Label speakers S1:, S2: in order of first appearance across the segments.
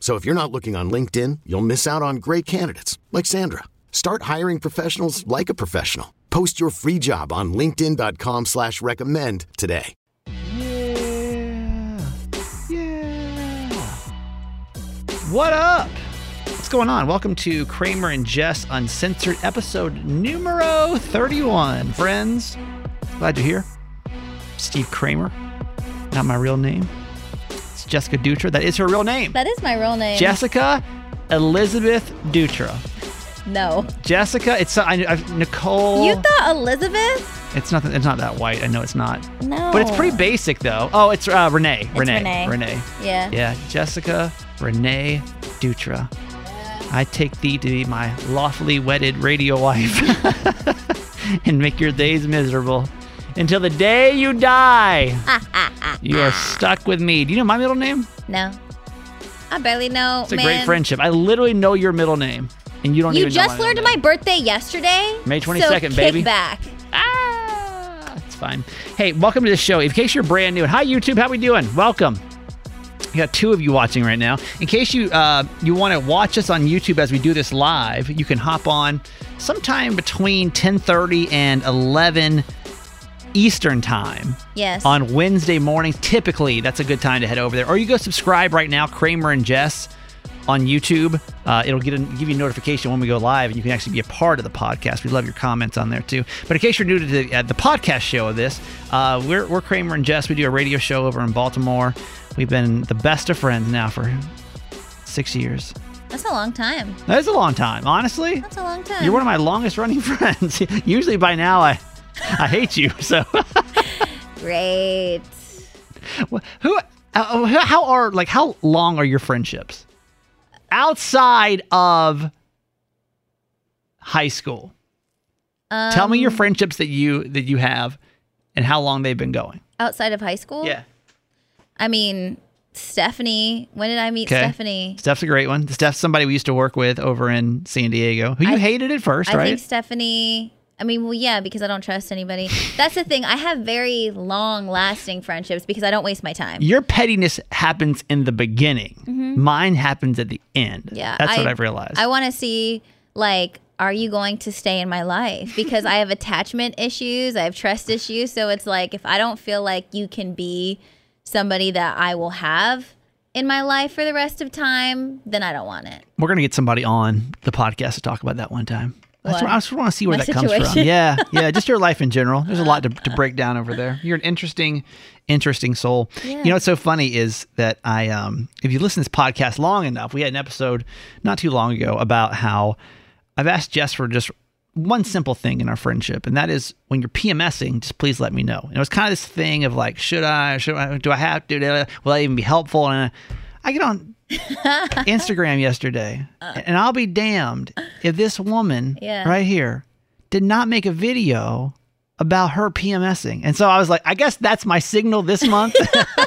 S1: So if you're not looking on LinkedIn, you'll miss out on great candidates like Sandra. Start hiring professionals like a professional. Post your free job on LinkedIn.com slash recommend today.
S2: Yeah. Yeah. What up? What's going on? Welcome to Kramer and Jess Uncensored, episode numero 31. Friends, glad you're here. Steve Kramer, not my real name. It's Jessica Dutra. That is her real name.
S3: That is my real name.
S2: Jessica Elizabeth Dutra.
S3: No.
S2: Jessica, it's I, I, Nicole.
S3: You thought Elizabeth?
S2: it's nothing. It's not that white. I know it's not.
S3: No.
S2: But it's pretty basic though. Oh, it's uh, Renee. Renee.
S3: Renee.
S2: Renee.
S3: Yeah.
S2: Yeah. Jessica Renee Dutra. I take thee to be my lawfully wedded radio wife and make your days miserable until the day you die. you are stuck with me. Do you know my middle name?
S3: No. I barely know.
S2: It's a
S3: man.
S2: great friendship. I literally know your middle name and you don't
S3: You
S2: even know
S3: just
S2: middle
S3: learned
S2: name.
S3: my birthday yesterday.
S2: May 22nd,
S3: so
S2: baby.
S3: Kick back.
S2: Ah, it's fine. Hey, welcome to the show. In case you're brand new, and hi YouTube, how we doing? Welcome. We got two of you watching right now. In case you uh, you want to watch us on YouTube as we do this live, you can hop on sometime between 10:30 and 11 Eastern time
S3: Yes.
S2: on Wednesday mornings. Typically, that's a good time to head over there. Or you go subscribe right now, Kramer and Jess on YouTube. Uh, it'll get a, give you a notification when we go live, and you can actually be a part of the podcast. We love your comments on there too. But in case you're new to the, uh, the podcast show of this, uh, we're, we're Kramer and Jess. We do a radio show over in Baltimore. We've been the best of friends now for six years.
S3: That's a long time.
S2: That is a long time, honestly.
S3: That's a long time.
S2: You're one of my longest running friends. Usually by now, I I hate you. So.
S3: Great.
S2: Wh- Who? Uh, wh- how are like how long are your friendships outside of high school?
S3: Um,
S2: Tell me your friendships that you that you have and how long they've been going.
S3: Outside of high school? I mean, Stephanie. When did I meet
S2: Okay.
S3: Stephanie?
S2: Steph's a great one. Steph's somebody we used to work with over in San Diego, who you
S3: I-
S2: hated at first,
S3: I
S2: right?
S3: think Stephanie. I mean, well, yeah, because I don't trust anybody. That's the thing. I have very long lasting friendships because I don't waste my time.
S2: your pettiness happens in the beginning. Mine happens at the end.
S3: Mm-hmm. Yeah,
S2: that's what
S3: I-
S2: I've realized.
S3: I want to see like are you going to stay in my life because I have attachment issues, I have trust issues, so it's like if I don't feel like you can be somebody that I will have in my life for the rest of time, then I don't want it.
S2: We're gonna get somebody on the podcast to talk about that one time. That's
S3: What?
S2: where- I just want to see where
S3: My
S2: that comes from.
S3: situation?
S2: Yeah, yeah, just your life in general. There's a lot to, to break down over there. You're an interesting, interesting soul. You know what's so funny is that I, um, if you listen to this podcast long enough, we had an episode not too long ago about how I've asked Jess for just one simple thing in our friendship, and that is when you're PMSing, just please let me know. And it was kind of this thing of like, should I? Should I? Do I have to? Da- da- Will I even be helpful? And I get on Instagram yesterday, and I'll be damned if this woman
S3: Uh. Yeah.
S2: right here did not make a video about her PMSing. And so I was like, I guess that's my signal this month.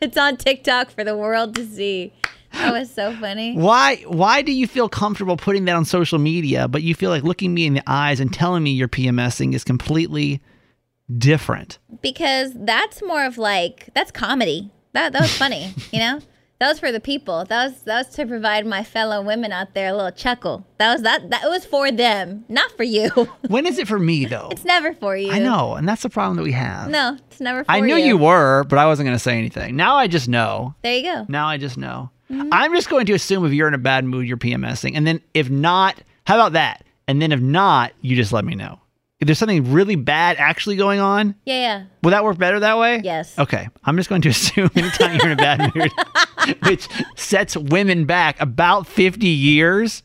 S3: It's on TikTok for the world to see. That was so funny.
S2: why why do you feel comfortable putting that on social media, but you feel like looking me in the eyes and telling me you're PMSing is completely different?
S3: because that's more of like that's comedy. That that was funny, you know. That was for the people. That was that was to provide my fellow women out there a little chuckle. That was that that was for them, not for you.
S2: When is it for me though?
S3: it's never for you.
S2: I know, and that's the problem that we have.
S3: No, it's never for
S2: I knew you. were, but I wasn't going to say anything. Now I just know.
S3: There you go. Mm-hmm.
S2: Now I just know. I'm just going to assume if you're in a bad mood, you're PMSing, and then if not, How about that? And then if not, you just let me know. If there's something really bad actually going on,
S3: Yeah, yeah.
S2: Will that work better that way?
S3: Yes.
S2: Okay. I'm just going to assume anytime you're in a bad mood, which sets women back about 50 years,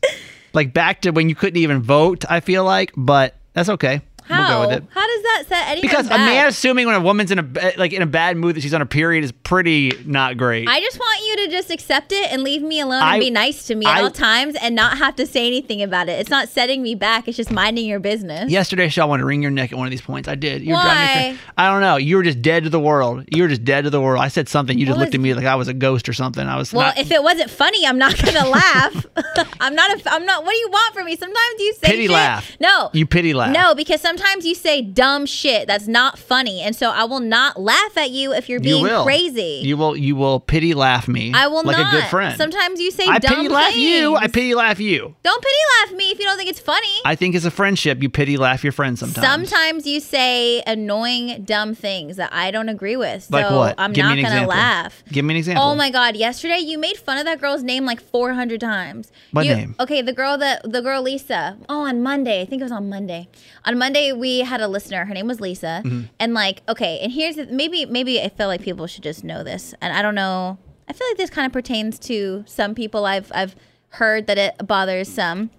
S2: like back to when you couldn't even vote, I feel like, but that's okay.
S3: How?
S2: We'll go with it.
S3: How does that set anyone
S2: Because
S3: back?
S2: a man assuming when a woman's in a ba- like in a bad mood that she's on her period is pretty not great.
S3: I just want you to just accept it and leave me alone
S2: I-
S3: and be nice to me at
S2: I-
S3: all times and not have to say anything about it. It's not setting me back. It's just minding your business.
S2: Yesterday, Shaw wanted to wring your neck at one of these points. I did. You were driving me
S3: Why?
S2: crazy. I don't know. You were just dead to the world. You were just dead to the world. I said something. You just
S3: What
S2: looked at me like I was a ghost or something. I was
S3: Well,
S2: not,
S3: if it wasn't funny, I'm not gonna laugh. I'm not. A, I'm not. What do you want from me? Sometimes you say
S2: Pity
S3: shit-
S2: laugh.
S3: No,
S2: You pity laugh.
S3: No, because sometimes you say dumb shit that's not funny, and so I will not laugh at you if you're
S2: You
S3: being
S2: will.
S3: crazy.
S2: You will. You will pity laugh me.
S3: I will
S2: like
S3: not.
S2: a good friend.
S3: Sometimes you say
S2: I
S3: dumb
S2: pity laugh you. I
S3: things.
S2: pity laugh you.
S3: Don't pity laugh me if you don't think it's funny.
S2: I think it's a friendship. You pity laugh your friend sometimes.
S3: Sometimes you say annoying, dumb things that I don't agree with. So
S2: Like what?
S3: I'm
S2: Give me
S3: not
S2: an
S3: going to
S2: example.
S3: laugh.
S2: Give me an example.
S3: Oh my god, yesterday you made fun of that girl's name like 400 times.
S2: What
S3: You-
S2: name?
S3: Okay, the girl that the girl Lisa. Oh, on Monday. I think it was on Monday. On Monday we had a listener. Her name was Lisa.
S2: Mm-hmm.
S3: And like, okay, and here's the, maybe maybe I feel like people should just know this. And I don't know. I feel like this kind of pertains to some people. I've I've heard that it bothers some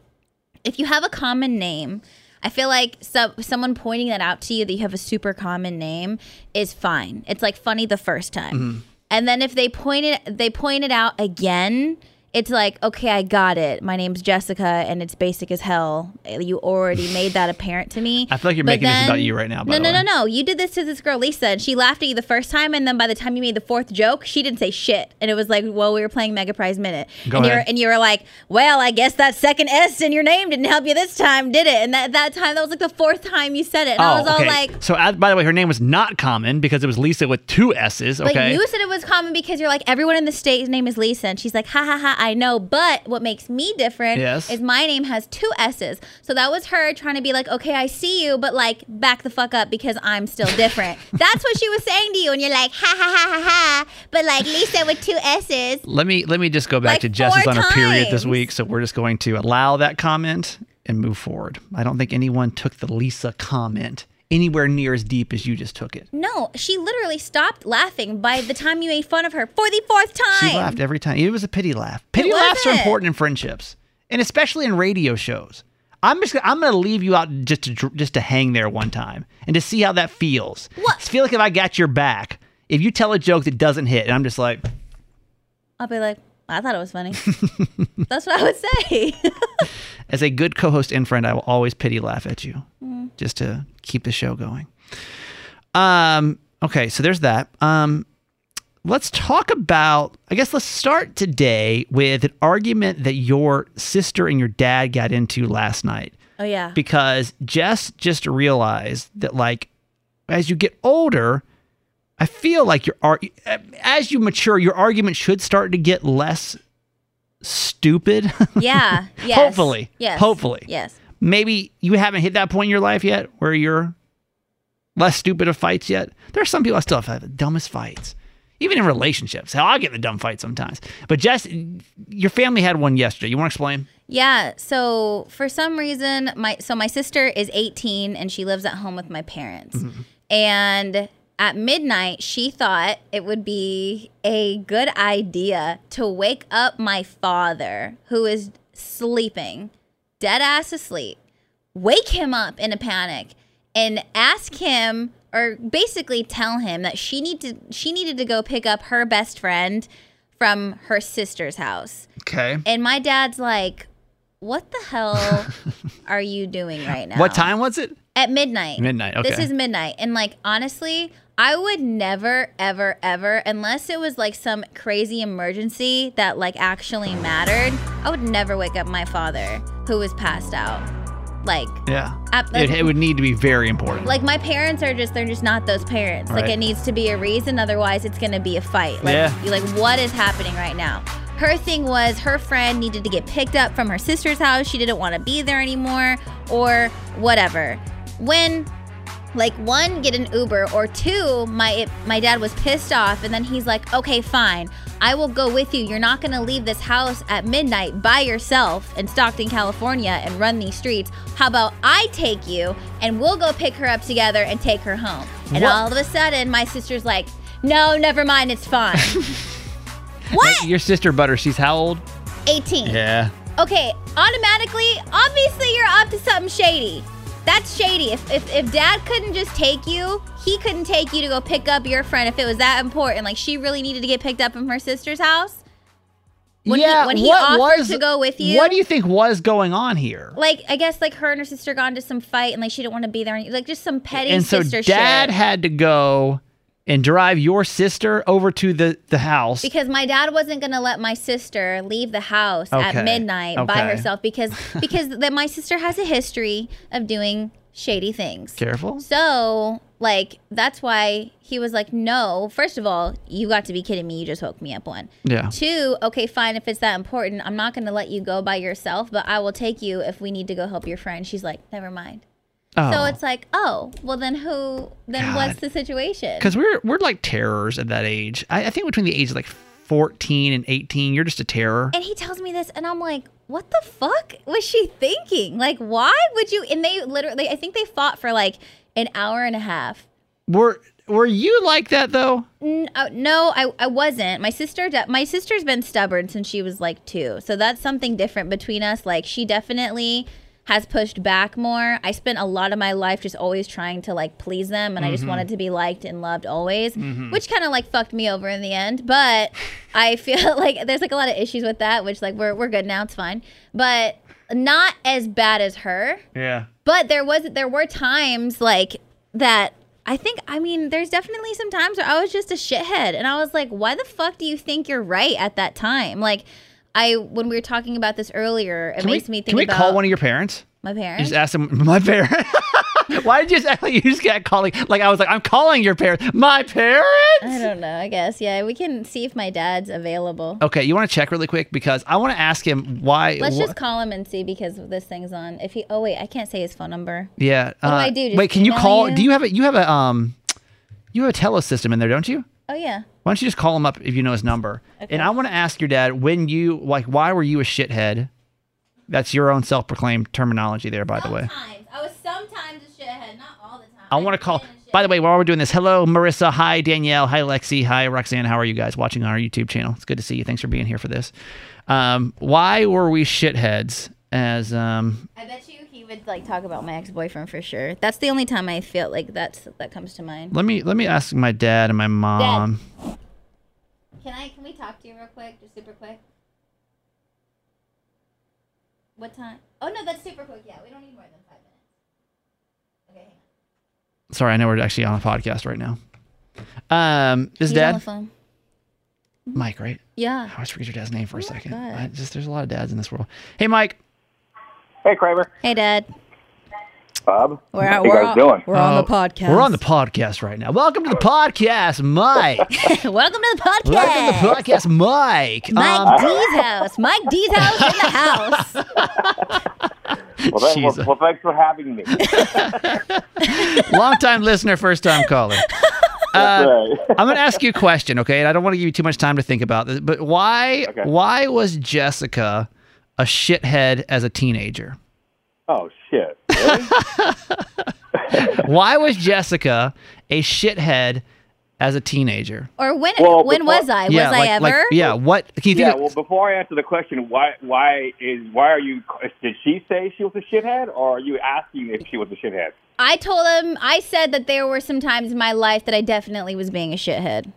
S3: if you have a common name, I feel like so, someone pointing that out to you that you have a super common name is fine. It's like funny the first time.
S2: Mm-hmm.
S3: And then if they point it they point it out again, it's like, okay, I got it. My name's Jessica and it's basic as hell. You already made that apparent to me.
S2: I feel like you're making this about you right now, by the
S3: no, no,
S2: way.
S3: no, no. You did this to this girl, Lisa, and she laughed at you the first time. And then by the time you made the fourth joke, she didn't say shit. And it was like, well, we were playing Mega Prize Minute.
S2: Go
S3: and, you were,
S2: ahead.
S3: and you were like, well, I guess that second S in your name didn't help you this time, did it? And that, that time, that was like the fourth time you said it. And
S2: Oh,
S3: I was all
S2: okay.
S3: like,
S2: so uh, by the way, her name was not common because it was Lisa with two S's.
S3: But
S2: Okay.
S3: you said it was common because you're like everyone in the state's name is Lisa, and she's like, ha ha ha, I know. But what makes me different
S2: Yes.
S3: is my name has two S's. So that was her trying to be like, okay, I see you, but like back the fuck up because I'm still different. That's what she was saying to you, and you're like, ha ha ha ha ha. But like Lisa with two S's.
S2: let me let me just go back
S3: Like
S2: to Jess is
S3: four
S2: on her period this
S3: times.
S2: week, so we're just going to allow that comment and move forward. I don't think anyone took the Lisa comment anywhere near as deep as you just took it.
S3: No, she literally stopped laughing by the time you made fun of her for the fourth time.
S2: She laughed every time. It was a pity laugh. Pity
S3: It
S2: laughs are
S3: wasn't.
S2: important in friendships, and especially in radio shows. I'm just I'm gonna leave you out just to dr- just to hang there one time and to see how that feels.
S3: What?
S2: Just feel like if I got your back, if you tell a joke that doesn't hit, and I'm just like,
S3: I'll be like, I thought it was funny. That's what I would say.
S2: as a good co-host and friend, I will always pity laugh at you, just to keep the show going. Um. Okay. So there's that. Um. Let's talk about. I guess let's start today with an argument that your sister and your dad got into last night
S3: oh yeah.
S2: because Jess just realized that like as you get older, I feel like your ar- as you mature, your argument should start to get less stupid.
S3: Yeah. Yes.
S2: Hopefully.
S3: Yes.
S2: Hopefully.
S3: Yes.
S2: maybe you haven't hit that point in your life yet where you're less stupid of fights yet. There are some people I still have the dumbest fights, even in relationships. Hell, I get in a dumb fight sometimes. But Jess, your family had one yesterday. You want to explain?
S3: Yeah. So for some reason, my so my sister is 18 and she lives at home with my parents. And at midnight, she thought it would be a good idea to wake up my father, who is sleeping, dead ass asleep, wake him up in a panic, and ask him or basically tell him that she need to she needed to go pick up her best friend from her sister's house.
S2: Okay.
S3: And my dad's like, "What the hell are you doing right now?"
S2: What time was it?
S3: At midnight.
S2: Midnight,
S3: This
S2: okay.
S3: is midnight, and like honestly, I would never, ever, ever, unless it was like some crazy emergency that like actually mattered. I would never wake up my father who was passed out. Like,
S2: Yeah.
S3: At-
S2: it, it would need to be very important.
S3: like my parents are just—they're just not those parents. Like
S2: Right.
S3: it needs to be a reason, otherwise it's gonna be a fight. Like,
S2: Yeah.
S3: you like what is happening right now? Her thing was her friend needed to get picked up from her sister's house. She didn't want to be there anymore or whatever. When like one get an uber or two my it, my dad was pissed off and then he's like okay fine i will go with you you're not going to leave this house at midnight by yourself in stockton california and run these streets how about i take you and we'll go pick her up together and take her home and
S2: What?
S3: all of a sudden my sister's like no never mind it's fine what
S2: Your sister Butter, she's how old?
S3: 18
S2: Yeah.
S3: okay, automatically, obviously you're up to something shady. That's shady. If, if if dad couldn't just take you, he couldn't take you to go pick up your friend if it was that important. Like she really needed to get picked up from her sister's house. When he-
S2: yeah.
S3: when he
S2: what
S3: offered
S2: was,
S3: to go with you-
S2: What do you think was going on here?
S3: Like I guess like her and her sister got into some fight and like she didn't want to be there. and- Like just some petty
S2: and so
S3: sister
S2: dad
S3: shit.
S2: had to go and drive your sister over to the, the house.
S3: because my dad wasn't gonna let my sister leave the house
S2: Okay.
S3: at midnight by
S2: Okay.
S3: herself because because that my sister has a history of doing shady things.
S2: Careful.
S3: So, like, that's why he was like, no, first of all, you got to be kidding me. You just woke me up one.
S2: Yeah.
S3: Two, okay, fine. If it's that important, I'm not going to let you go by yourself, but I will take you if we need to go help your friend. She's like, never mind.
S2: Oh.
S3: So it's like, oh, well, then who, then what's
S2: God.
S3: the situation?
S2: because we're we're like terrors at that age. I, I think between the ages of like fourteen and eighteen, you're just a terror.
S3: And he tells me this, and I'm like, what the fuck was she thinking? Like, why would you? And they literally, I think they fought for like an hour and a half.
S2: Were were you like that though?
S3: N- uh, no, I, I wasn't. My sister, de- my sister's been stubborn since she was like two, so that's something different between us. Like she definitely has pushed back more. I spent a lot of my life just always trying to like please them, and I just wanted to be liked and loved always, which kind of like fucked me over in the end. But I feel like there's like a lot of issues with that, which like we're we're good now, it's fine, but not as bad as her
S2: Yeah.
S3: but there was there were times like that I think I mean there's definitely some times where I was just a shithead and I was like why the fuck do you think you're right at that time like I when we were talking about this earlier it
S2: Can
S3: makes
S2: we,
S3: me think
S2: can we
S3: about
S2: call one of your parents?
S3: my
S2: You
S3: parents
S2: just ask them my parents. Why did you just act like you just got calling? Like I was like, I'm calling your parents. My
S3: I
S2: parents.
S3: don't know I guess yeah we can see if my dad's available
S2: Okay, you want to check really quick because I want to ask him why.
S3: let's
S2: wh-
S3: just call him and see because this thing's on if he oh wait I can't say his phone number
S2: yeah. What
S3: do I do? Just
S2: wait, can you
S3: email
S2: call?
S3: you?
S2: Do you have a you have a um, you have a tele system in there, don't you?
S3: oh yeah
S2: Why don't you just call him up if you know his number? And I want to ask your dad when you like why were you a shithead? That's your own self-proclaimed terminology there, by the way.
S3: I was sometimes a shithead not all the time
S2: I want to call. By the way, while we're doing this, hello Marissa, hi Danielle, hi Lexi, hi Roxanne. How are you guys watching on our YouTube channel? It's good to see you. Thanks for being here for this. Um, why were we shitheads? As um,
S3: I bet you he would like talk about my ex-boyfriend for sure. That's the only time I feel like that's that comes to mind.
S2: let me let me ask my dad and my mom.
S3: Can I can we talk to you real quick? Just super quick. What time? Oh no, that's super quick. Yeah, we don't need more than 5 minutes. Okay.
S2: Sorry, I know we're actually on a podcast right now. Um, is
S3: on the
S2: dad
S3: phone?
S2: Mike right?
S3: Yeah.
S2: I always forget your dad's name for a second.
S3: Oh God.
S2: I just there's a lot of dads in this world. Hey, Mike.
S4: Hey, Kramer.
S3: Hey dad.
S4: Bob.
S3: We're
S4: How
S3: out.
S4: you
S3: We're
S4: guys doing?
S3: We're on the
S2: Uh,
S3: podcast.
S2: We're on the podcast right now. Welcome to the podcast, Mike.
S3: Welcome to the podcast.
S2: Welcome to the podcast, Mike. Um,
S3: Mike D's house. Mike D's house in the house.
S4: Well, thank, well,
S2: She's a-
S4: well, thanks for having me.
S2: longtime listener, first time caller. Uh,
S4: That's right.
S2: I'm going to ask you a question, okay? And I don't want to give you too much time to think about this, but why
S4: Okay.
S2: why was Jessica a shithead as a teenager?
S4: oh shit. Really?
S2: Why was Jessica a shithead as a teenager?
S3: Or when
S4: Well,
S3: when
S4: before-
S3: was I? was
S2: like,
S3: I ever?
S2: like- yeah. What can you think?
S4: yeah.
S2: of-
S4: Well, before I answer the question, why why is why are you? Did she say she was a shithead, or are you asking if she was a shithead?
S3: I told him I said that there were some times in my life that I definitely was being a shithead.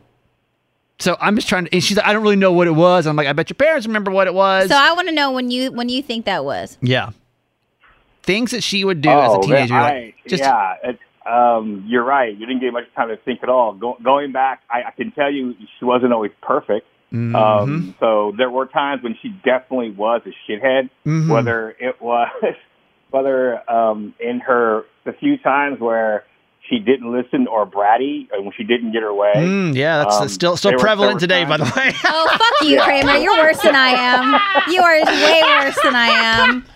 S2: so I'm just trying to. And she's like, I don't really know what it was. I'm like, I bet your parents remember what it was.
S3: So I want to know when you when you think that was.
S2: Yeah. Things that she would do
S4: oh,
S2: as a
S4: man,
S2: teenager. like,
S4: I-
S2: just,
S4: yeah. It's, um, you're right. You didn't get much time to think at all. Go, going back, I, I can tell you she wasn't always perfect.
S2: Mm-hmm.
S4: Um, so there were times when she definitely was a shithead,
S2: Mhm.
S4: whether it was whether um, in her the few times where she didn't listen or bratty and when she didn't get her way.
S2: Mm, yeah, that's
S4: Um,
S2: still still
S4: there were-
S2: prevalent
S4: there
S2: today,
S4: were
S2: by the way.
S3: Oh, fuck you, Kramer. You're worse than I am. You are way worse than I am.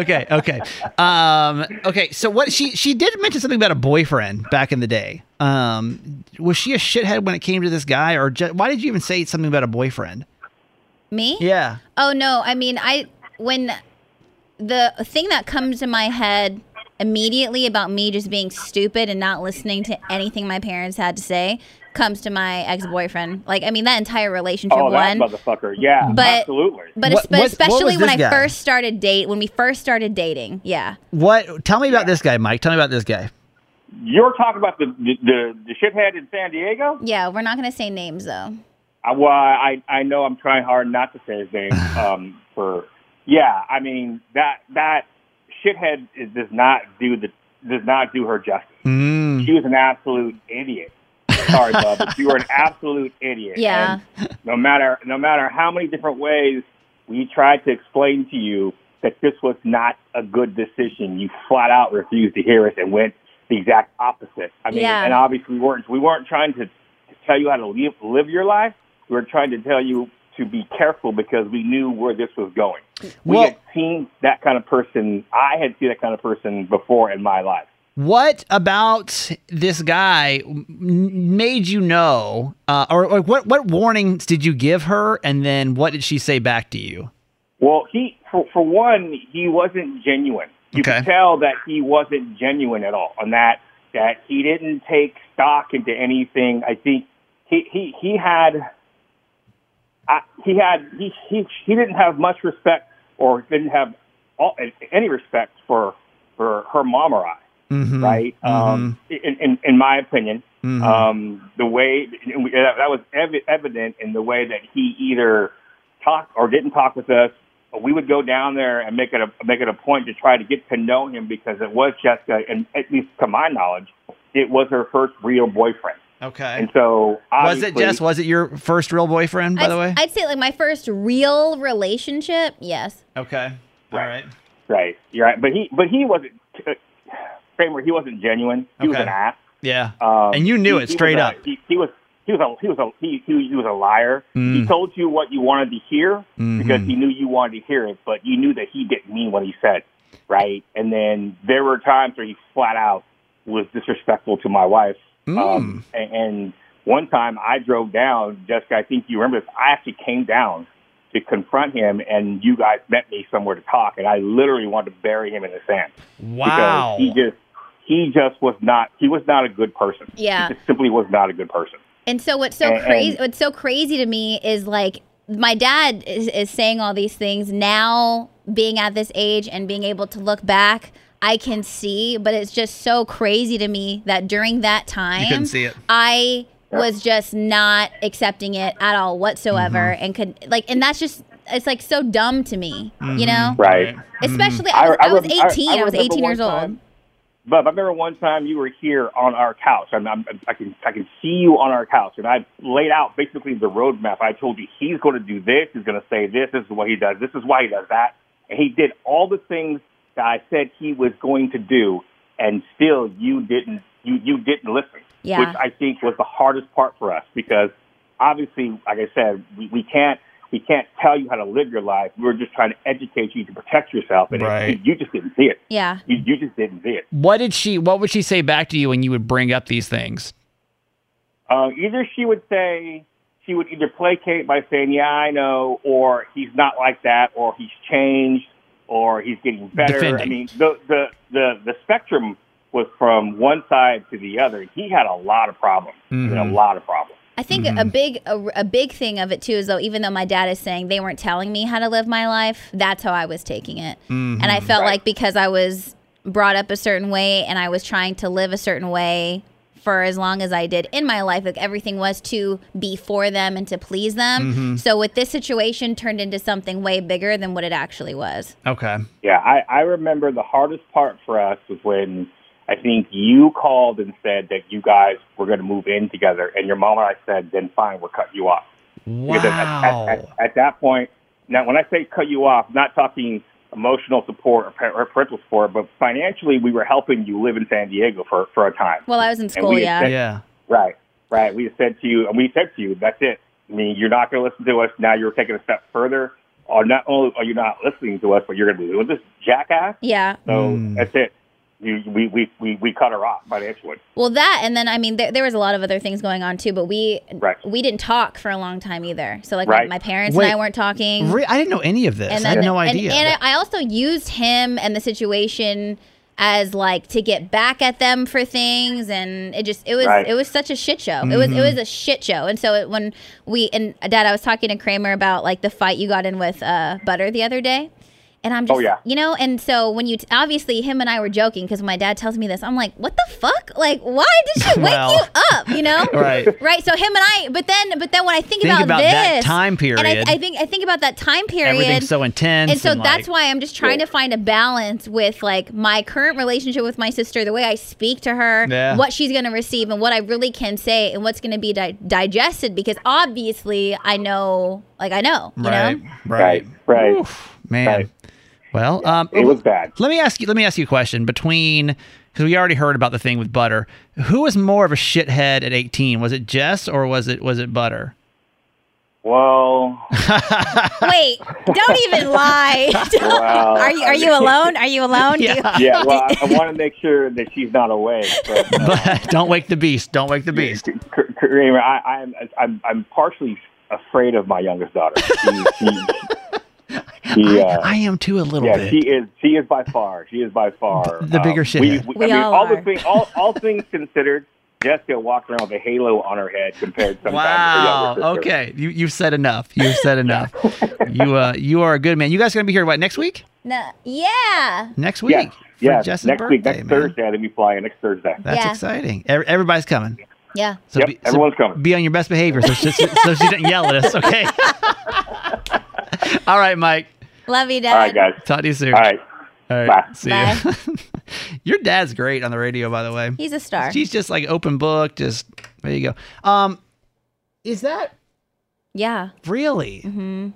S2: okay, okay, um, okay. So what she she did mention something about a boyfriend back in the day. Um, was she a shithead when it came to this guy, or ju- why did you even say something about a boyfriend?
S3: Me?
S2: Yeah.
S3: Oh no, I mean I when the thing that comes to my head immediately about me just being stupid and not listening to anything my parents had to say comes to my ex-boyfriend. Like I mean that entire relationship
S4: Oh, that
S3: one.
S4: motherfucker! Yeah,
S3: But-
S4: absolutely.
S3: But
S2: What-
S3: espe-
S2: what- what
S3: especially
S2: was
S3: when
S2: this guy?
S3: I first started date when we first started dating. Yeah.
S2: What? Tell me about this guy, Mike. Tell me about this guy.
S4: You're talking about the the the, the shithead in San Diego.
S3: Yeah, we're not going to say names though.
S4: I, well, I I know I'm trying hard not to say his name. Um, for yeah, I mean that that shithead is, does not do the does not do her justice.
S2: Mm.
S4: She was an absolute idiot. Sorry, bub, but you were an absolute idiot.
S3: Yeah.
S4: And no matter no matter how many different ways we tried to explain to you that this was not a good decision, you flat out refused to hear us and went the exact opposite. I mean,
S3: Yeah.
S4: and obviously we weren't we weren't trying to, to tell you how to live, live your life. We were trying to tell you to be careful because we knew where this was going. we
S2: Well-
S4: had seen that kind of person. I had seen that kind of person before in my life.
S2: What about this guy m- made you know, uh, or, or what? What warnings did you give her, and then what did she say back to you?
S4: Well, he for for one, he wasn't genuine. You
S2: Okay.
S4: could tell that he wasn't genuine at all, and that that he didn't take stock into anything. I think he he he had I, he had he, he he didn't have much respect or didn't have all, any respect for for her mom or I
S2: Mhm.
S4: right? Um,
S2: Mm-hmm.
S4: in, in, in my opinion, um, the way and we- that that was evi- evident in the way that he either talked or didn't talk with us. We would go down there and make it a make it a point to try to get to know him because it was Jessica, and at least to my knowledge, it was her first real boyfriend.
S2: Okay.
S4: And so,
S2: Was it
S4: obviously-
S2: Jess? Was it your first real boyfriend, by
S3: I'd,
S2: the way?
S3: I'd say like my first real relationship. Yes.
S2: okay. All right.
S4: right? You're right, but he but he wasn't uh, Kramer. He wasn't genuine. He was
S2: Okay.
S4: an ass.
S2: Yeah.
S4: Um,
S2: and you knew
S4: he-
S2: it
S4: he
S2: straight
S4: was a-
S2: up.
S4: he, he was he was a he was a he, he, was- he was a liar. He
S2: Mm.
S4: told you what you wanted to hear because
S2: Mm-hmm.
S4: he knew you wanted to hear it, but you knew that he didn't mean what he said, right? And then there were times where he flat out was disrespectful to my wife.
S2: Mm.
S4: Um, and, and one time I drove down, Jessica, I think you remember this. I actually came down to confront him, and you guys met me somewhere to talk, and I literally wanted to bury him in the sand
S2: Wow.
S4: because he just he just was not he was not a good person.
S3: Yeah.
S4: he just simply was not a good person.
S3: And so what's so
S4: And-
S3: crazy
S4: and-
S3: what's so crazy to me is like my dad is, is saying all these things now being at this age and being able to look back I can see but it's just so crazy to me that during that time
S2: couldn't see it.
S3: I was just not accepting it at all whatsoever
S2: Mm-hmm.
S3: and could like and that's just it's like so dumb to me
S2: Mm-hmm.
S3: you know
S4: Right. Mm-hmm.
S3: especially I was, I, was 18 I, was
S4: remember
S3: 18
S4: one
S3: years old
S4: time- Bub, I remember one time you were here on our couch. I'm, I'm, I can I can see you on our couch, and I laid out basically the roadmap. I told you he's going to do this, he's going to say this, this is what he does, this is why he does that, and he did all the things that I said he was going to do, and still you didn't you you didn't listen,
S3: Yeah.
S4: which I think was the hardest part for us because obviously, like I said, we, we can't we can't tell you how to live your life. We were just trying to educate you to protect yourself, and it-
S2: Right.
S4: you just didn't see it.
S3: yeah
S4: You, you just didn't see it.
S2: what did she? What would she say back to you when you would bring up these things?
S4: Uh, either she would say she would either placate by saying, "Yeah, I know," or "He's not like that," or "He's changed," or "He's getting better." I
S2: Defending.
S4: mean, the, the the the spectrum was from one side to the other. He had a lot of problems. I
S2: Mm-hmm.
S4: mean, a lot of problems.
S3: I think a big a, a big thing of it too is though even though my dad is saying they weren't telling me how to live my life, that's how I was taking it, and I felt like because I was brought up a certain way and I was trying to live a certain way for as long as I did in my life, like everything was to be for them and to please them. So with this situation turned into something way bigger than what it actually was.
S2: Okay.
S4: Yeah, I, I remember the hardest part for us was when I think you called and said that you guys were going to move in together, and your mom and I said, "Then fine, we'll cut you off." Because at- at,
S2: Wow.
S4: at, at, that point, now when I say cut you off, not talking emotional support or par- or parental support, but financially we were helping you live in San Diego for, for a time.
S3: Well, I was in
S4: And
S3: school,
S4: we
S3: yeah.
S4: accept-
S2: Yeah.
S4: Right, right. We said to you, and we said to you, that's it. I mean, you're not going to listen to us. Now you're taking a step further. Or not only are you not listening to us, but you're going to be with this jackass.
S3: Yeah.
S4: So that's it. You, we, we, we, we cut her off financially.
S3: Well, that and then I mean there, there was a lot of other things going on too, but we
S4: Right.
S3: we didn't talk for a long time either. So like
S4: Right.
S3: my, my parents
S2: Wait.
S3: and I weren't talking.
S2: Re- I didn't know any of this.
S3: and
S2: I had no
S3: and-
S2: idea.
S3: And, I also used him and the situation as like to get back at them for things and it just it was
S4: Right.
S3: it was such a shit show. It
S2: Mm-hmm.
S3: was it was a shit show. And so it, when we and dad I was talking to Kramer about like the fight you got in with uh Butter the other day. And I'm just,
S4: Oh, yeah.
S3: you know, and so when you t- obviously him and I were joking because my dad tells me this, I'm like, what the fuck? Like, why did she wake
S2: Well.
S3: you up? You know,
S2: Right.
S3: right. So him and I, but then, but then when I think,
S2: Think
S3: about,
S2: about
S3: this
S2: that time
S3: and I,
S2: period.
S3: I think I think about that time period,
S2: Everything's so intense.
S3: and so
S2: like-
S3: that's why I'm just trying to find a balance with like my current relationship with my sister, the way I speak to her,
S2: Yeah.
S3: what she's going to receive, and what I really can say, and what's going to be di- digested. Because obviously, I know, like I know, you
S2: Right.
S3: know.
S2: Right.
S4: right.
S2: Oof, man.
S4: Right.
S2: Well, um,
S4: It was bad.
S2: Let me ask you. Let me ask you a question. Between because we already heard about the thing with Butter, who was more of a shithead at eighteen? Was it Jess or was it was it Butter?
S4: Well,
S3: Wait, don't even lie. Don't-
S4: Wow.
S3: Are you are you alone? Are you alone? Do you-
S4: yeah. Well, I, I want to make sure that she's not away. But, uh,
S2: But don't wake the beast. Don't wake the beast.
S4: K- Kramer, I, I'm, I'm, I'm partially afraid of my youngest daughter. She, she, she, uh,
S2: I am too a little
S4: yeah,
S2: bit.
S4: she is. She is by far. She is by far um,
S2: The bigger shithead.
S4: We,
S3: We
S4: I mean,
S3: all
S4: all
S3: are.
S4: the thing, all, all things considered, Jessica walked around with a halo on her head compared to
S2: Wow.
S4: sometimes to her younger sister.
S2: Okay. You you've said enough. You've said enough. you uh you are a good man. You guys gonna be here what next week?
S3: No. Yeah.
S2: Next week.
S4: Yeah,
S2: for
S4: yeah.
S2: Jess's
S4: Next week,
S2: birthday,
S4: next
S2: man.
S4: Thursday, I think we fly in next Thursday.
S2: That's
S3: Yeah.
S2: exciting. Every, everybody's coming.
S3: Yeah.
S2: So
S4: Yep,
S2: be, so
S4: everyone's coming.
S2: Be on your best behavior so she, so she doesn't yell at us. Okay. All right, Mike.
S3: Love you, Dad.
S4: All right, guys.
S2: Talk to you soon.
S4: All right.
S2: All right.
S4: Bye.
S2: See ya. your dad's great on the radio, by the way.
S3: He's a star.
S2: She's just like open book. Just there you go. Um, is that
S3: yeah.
S2: really?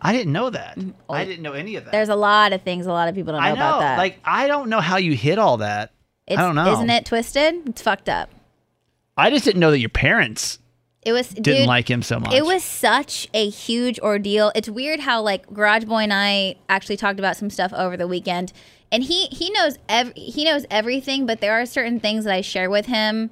S2: I didn't know that. I didn't know any of that.
S3: Mm-hmm. There's a lot of things a lot of people don't know,
S2: I know.
S3: about that.
S2: Like I don't know how you hit all that.
S3: it's,
S2: I don't know.
S3: Isn't it twisted? It's fucked up.
S2: I just didn't know that your parents
S3: It was
S2: didn't
S3: dude,
S2: like him so much.
S3: It was such a huge ordeal. It's weird how like Garage Boy and I actually talked about some stuff over the weekend, and he he knows ev- he knows everything, but there are certain things that I share with him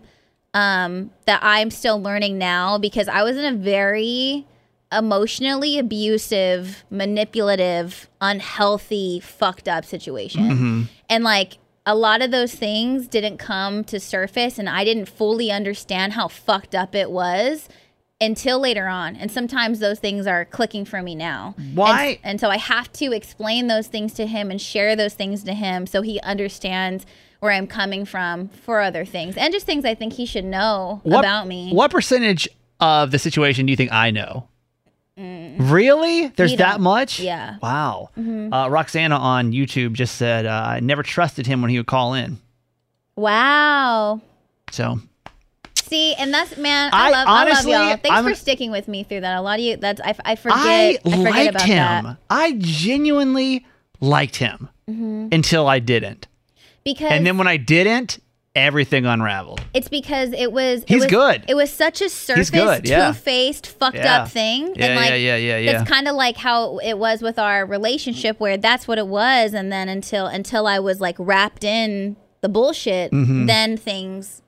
S3: um, that I'm still learning now because I was in a very emotionally abusive, manipulative, unhealthy, fucked up situation,
S2: Mm-hmm.
S3: and like. A lot of those things didn't come to surface, and I didn't fully understand how fucked up it was until later on. And sometimes those things are clicking for me now.
S2: Why-
S3: And, and so I have to explain those things to him and share those things to him so he understands where I'm coming from for other things and just things I think he should know
S2: What-
S3: about me.
S2: What percentage of the situation do you think I know? Really? There's
S3: You
S2: that
S3: don't-
S2: much?
S3: yeah. Mm-hmm.
S2: Wow. Uh, Roxana on YouTube just said, uh, I never trusted him when he would call in.
S3: Wow.
S2: So
S3: See, and that's man, I,
S2: I
S3: love
S2: honestly-
S3: I love y'all. Thanks
S2: I'm-
S3: for sticking with me through that. A lot of you that's I, I forget
S2: I
S3: forget
S2: liked
S3: about
S2: him.
S3: that.
S2: I genuinely liked him until I didn't.
S3: Mm-hmm. Because
S2: And then when I didn't, everything unraveled.
S3: It's because it was. it
S2: He's
S3: was-
S2: good.
S3: It was such a surface,
S2: good, yeah.
S3: two-faced, fucked
S2: Yeah.
S3: up thing.
S2: Yeah,
S3: and like,
S2: yeah, yeah, yeah, yeah.
S3: It's kind of like how it was with our relationship, where that's what it was, and then until until I was like wrapped in the bullshit, then things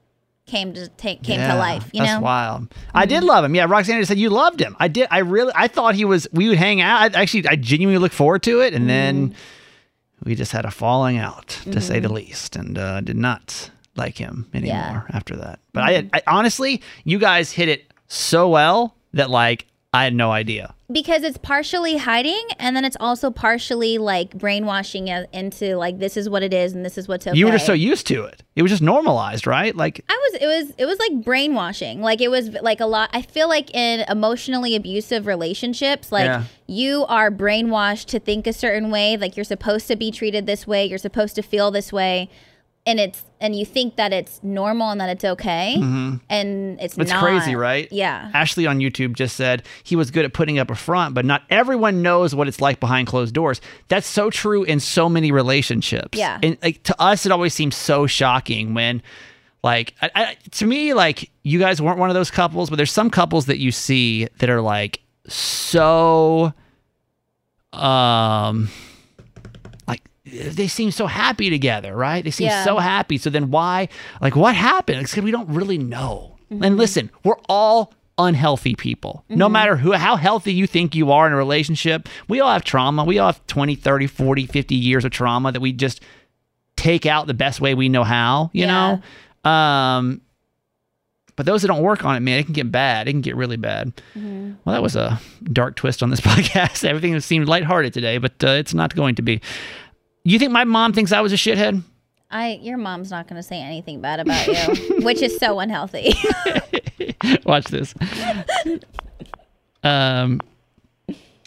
S3: came to take came
S2: Mm-hmm. Yeah,
S3: to life. You
S2: that's
S3: know. Mm-hmm.
S2: wild. I did love him. Yeah, Roxanne just said you loved him. I did. I really. I thought he was. We would hang out. I, actually, I genuinely look forward to it. And then
S3: Mm-hmm.
S2: we just had a falling out, to say the least, and uh, did not like him anymore after that. But I,
S3: Mm-hmm.
S2: had, I honestly, you guys hit it so well that like I had no idea.
S3: because it's partially hiding and then it's also partially like brainwashing it into like this is what it is and this is what's okay
S2: You were just so used to it. It was just normalized, right? Like
S3: I was it was it was like brainwashing. Like it was like a lot I feel like in emotionally abusive relationships, like
S2: Yeah.
S3: you are brainwashed to think a certain way, like you're supposed to be treated this way, you're supposed to feel this way. and it's and you think that it's normal and that it's okay and it's
S2: Mm-hmm. It's
S3: not.
S2: crazy, right?
S3: yeah
S2: Ashley on YouTube just said he was good at putting up a front, but not everyone knows what it's like behind closed doors. That's so true in so many relationships.
S3: Yeah.
S2: And like to us, it always seems so shocking when, like, I, I, to me, like you guys weren't one of those couples, but there's some couples that you see that are like so, um, like they seem so happy together, right? They seem
S3: Yeah.
S2: so happy. So then why, like, what happened? It's 'cause we don't really know. And listen, we're all unhealthy people. No matter who how healthy you think you are in a relationship, we all have trauma. We all have 20, 30, 40, 50 years of trauma that we just take out the best way we know how, you
S3: Yeah.
S2: know? Um but those that don't work on it, man, it can get bad. It can get really bad. Well, that was a dark twist on this podcast. Everything seemed lighthearted today, but uh, it's not going to be. You think my mom thinks I was a shithead?
S3: i your mom's not going to say anything bad about you which is so unhealthy
S2: Watch this. Um,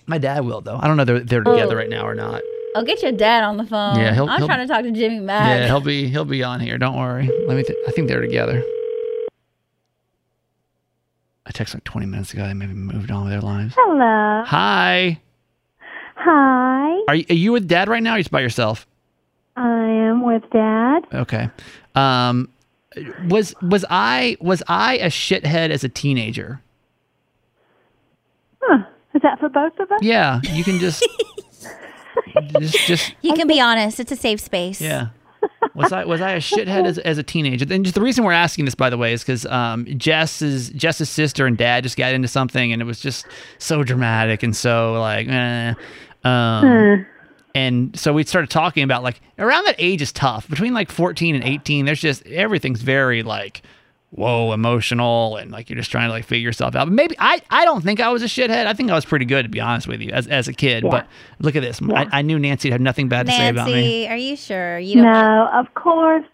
S2: my dad will though. I don't know if they're they're together right now or not.
S3: i'll Oh, get your dad on the phone
S2: Yeah, he'll-
S3: i'm
S2: he'll-
S3: trying to talk to jimmy mack
S2: Yeah, he'll be he'll be on here. Don't worry. Let me. Th- I think they're together. I texted like 20 minutes ago. They maybe moved on with their lives.
S5: Oh. Hello.
S2: Hi.
S5: Hi.
S2: Are you, are you with dad right now? Or are you just by yourself?
S5: I am with Dad.
S2: Okay. Um, was was I was I a shithead as a teenager?
S5: Is that for both of us?
S2: Yeah, you can just just just
S3: you can be honest it's a safe space
S2: Yeah. Was I was I a shithead as, as a teenager? And just the reason we're asking this, by the way, is because um, Jess's Jess's sister and dad just got into something, and it was just so dramatic and so like, eh. um, and so we started talking about like around that age is tough between like fourteen and eighteen. There's just everything's very like, whoa, emotional, and like you're just trying to like figure yourself out. But maybe I I don't think I was a shithead. I think I was pretty good to be honest with you as as a kid. But look at this, I, I knew Nancy'd have nothing bad to say about me.
S3: nancy are you sure you don't
S5: No, of course.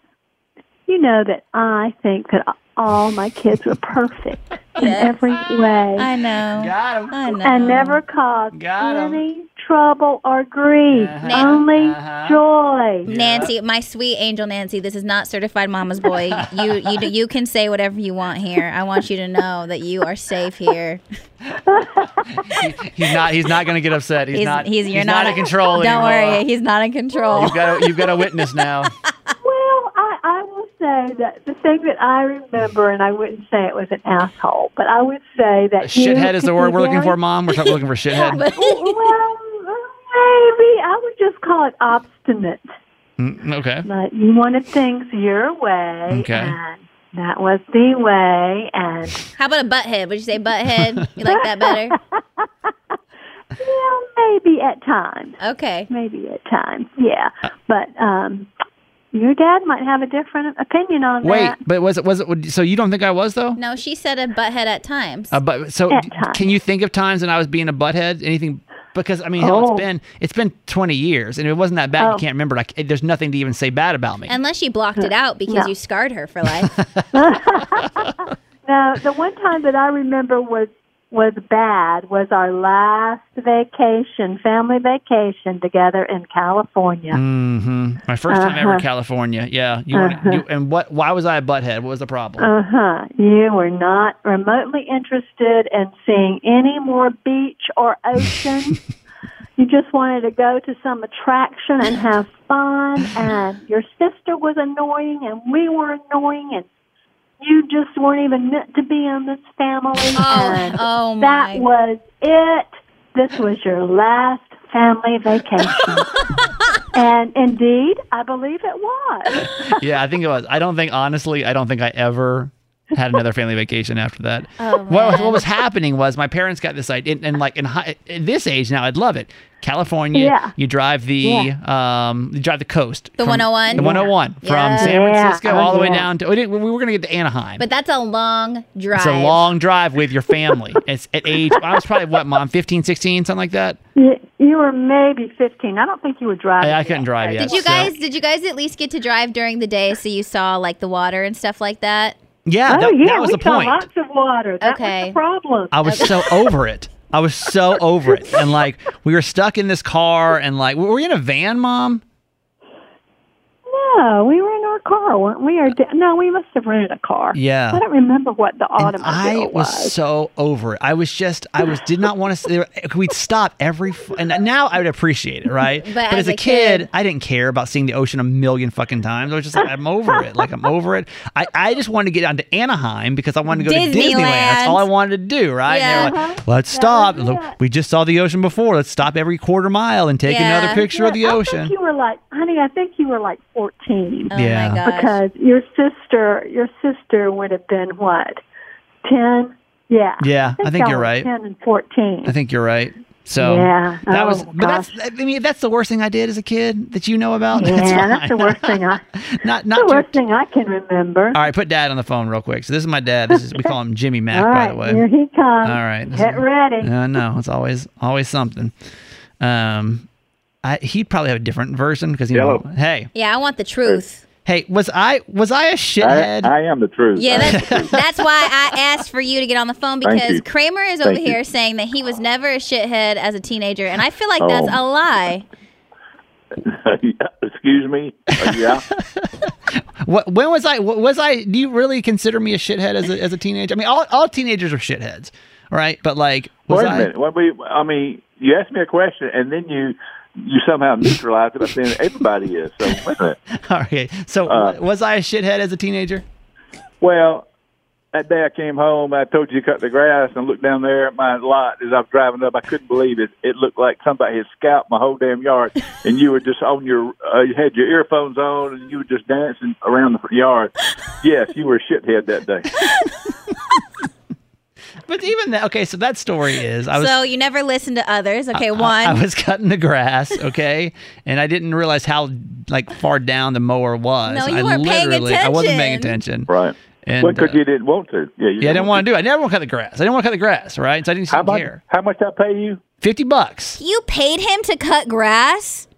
S5: You know that I think that all my kids were perfect in every way
S3: i know
S2: Got him.
S3: i know
S5: and never caused
S2: Got 'em. Uh-huh.
S5: any trouble or grief,
S3: Now-
S5: only joy.
S3: Nancy, my sweet angel Nancy, this is not certified mama's boy. You you do- you can say whatever you want here. I want you to know that you are safe here.
S2: He's not. He's not going to get upset. He's, not. He's,
S3: you're
S2: not, in control.
S3: Don't
S2: anymore. Oh,
S3: worry, he's not in control.
S2: You've got. A, you've got a witness now.
S5: Well, I, I will say that the thing that I remember, and I wouldn't say it was an asshole, but I would say that you
S2: shithead is
S5: could
S2: the word
S5: be
S2: we're looking
S5: very
S2: for, Mom. We're looking for shithead.
S5: well, maybe I would just call it obstinate.
S2: Mm, okay.
S5: But you wanted things your way,
S2: Okay.
S5: and that was the way. And
S3: How about a butt head? Would you say butt head? You like that better?
S5: yeah, maybe at times,
S3: Okay.
S5: maybe at times, yeah.
S2: Uh,
S5: But um, your dad might have a different opinion on
S2: Wait,
S5: that.
S2: but was it? Was it? So you don't think I was though?
S3: No, she said a butt head at times.
S2: Uh, but so,
S5: At
S2: d-
S5: times.
S2: can you think of times when I was being a butthead? Anything? Because I mean, hell,
S5: Oh.
S2: it's been it's been twenty years, and it wasn't that bad. You can't remember. Like, it- there's nothing to even say bad about me.
S3: Unless you blocked it out because you scarred her for life.
S5: Now, the one time that I remember was was bad was our last vacation, family vacation together in California.
S2: hmm My 1st time ever in California. Yeah. You, weren't- you and what? Why was I a butthead? What was the problem?
S5: Uh huh. You were not remotely interested in seeing any more beach or ocean. you just wanted to go to some attraction and have fun. And your sister was annoying, and we were annoying, and you just weren't even meant to be in this family.
S3: Oh,
S5: and
S3: oh
S5: that
S3: my.
S5: was it. This was your last family vacation. and indeed, I believe it was.
S2: yeah, I think it was. I don't think honestly, I don't think I ever had another family vacation after that.
S5: Oh,
S2: what, what was happening was my parents got this idea, and, and like in high, at this age now, I'd love it. California,
S5: Yeah.
S2: you drive the um, you drive the coast,
S3: The
S2: from-
S3: 101?
S2: the 101 from
S3: Yeah.
S2: San
S5: Yeah.
S2: Francisco
S5: Oh,
S2: all the way
S5: yeah.
S2: down to. We, didn't- we were gonna get to Anaheim.
S3: But that's a long drive.
S2: it's a long drive with your family. It's at age, I was probably what, mom, 15, 16, something like that.
S5: You, you were maybe 15. I don't think you were driving.
S2: I, I couldn't drive yet.
S3: Did you
S2: so-
S3: guys did you guys at least get to drive during the day so you saw like the water and stuff like that?
S2: yeah,
S5: Oh
S2: that,
S5: yeah,
S2: that was
S5: we
S2: the
S5: saw
S2: point.
S5: lots of water. That was
S3: Okay.
S5: the problem.
S2: I was so over it. I was so over it. And like we were stuck in this car and like were we in a van, mom?
S5: no, we were in our car, weren't we? Or di- no, we must have rented a car.
S2: Yeah.
S5: I don't remember what the
S2: And
S5: automobile
S2: I was,
S5: was.
S2: so over it. I was just, I was, did not want to. We'd stop every, f- and now I would appreciate it, right?
S3: But
S2: as, a kid, I didn't care about seeing the ocean a million fucking times. I was just like, I'm over it. Like I'm over it. I, I just wanted to get down to Anaheim because I wanted to go to Disneyland. That's
S3: Disneyland.
S2: all I wanted to do, right?
S3: Yeah.
S2: And they were like, let's stop.
S5: was
S2: Look,
S5: it.
S2: We just saw the ocean before. Let's stop every quarter mile and take
S3: Yeah.
S2: another picture of the
S5: Yeah, I
S2: ocean.
S5: think you were like, honey, I think you were like 14
S3: Oh
S2: Yeah.
S3: my gosh.
S5: because your sister, your sister would have been what, 10? Yeah.
S2: Yeah, I think you're
S5: were
S2: right.
S5: 10 and 14.
S2: I think you're right. So
S5: Yeah.
S2: that
S5: Oh,
S2: was, but that's. I mean, if that's the worst thing I did as a kid that you know about.
S5: yeah,
S2: that's,
S5: that's
S2: fine.
S5: the worst thing I.
S2: Not
S5: the
S2: not your-
S5: worst thing I can remember.
S2: All right, put dad on the phone real quick. So this is my dad. This is we call him Jimmy Mack,
S5: All
S2: by
S5: right,
S2: the way.
S5: here he comes.
S2: All right, this
S5: get
S2: is-
S5: ready.
S2: I know it's always always something. Um, I, he'd probably have a different version because you know.
S6: Hello.
S2: Hey,
S3: Yeah, I want the truth.
S2: hey, was I was I a
S6: I,
S2: shithead?
S6: I am the truth.
S3: Yeah,
S6: I am the
S3: that's, that's why I asked for you to get on the phone
S6: Thank
S3: because
S6: you.
S3: Kramer is over
S6: Thank you.
S3: here saying that he was never a shithead as a teenager, and I feel like that's
S6: Oh.
S3: a lie.
S6: truth. Excuse me. Uh, yeah.
S2: what when was I? What, was I? Do you really consider me a shithead as a as a teenager? I mean, all all teenagers are shitheads, all right? But like, was
S6: Wait a
S2: I?
S6: minute. Well, we, I mean, you asked me a question, and then you you somehow neutralized it by saying everybody is. So wait a minute.
S2: All right. So
S6: Uh,
S2: was I a shithead as a teenager?
S6: Well, that day I came home, I told you to cut the grass, and looked down there at my lot as I was driving up. I couldn't believe it. It looked like somebody had scalped my whole damn yard, and you were just on your, uh, you had your earphones on, and you were just dancing around the yard. Yes, you were a shithead that day.
S2: But even that. Okay, so that story is I was
S3: so you never listen to others. Okay, one.
S2: I, I was cutting the grass, okay, and I didn't realize how like far down the mower was.
S3: No, you
S2: I
S3: weren't paying
S2: literally- I wasn't paying attention.
S6: Right.
S2: And,
S6: well, because
S2: uh,
S6: you didn't want to. Yeah, you
S2: Yeah, I didn't want to do. it. I never want to cut the grass. I didn't want to cut the grass, right? So I didn't
S6: How
S2: even
S6: much?
S2: care.
S6: How much I pay you?
S2: Fifty bucks.
S3: you paid him to cut grass?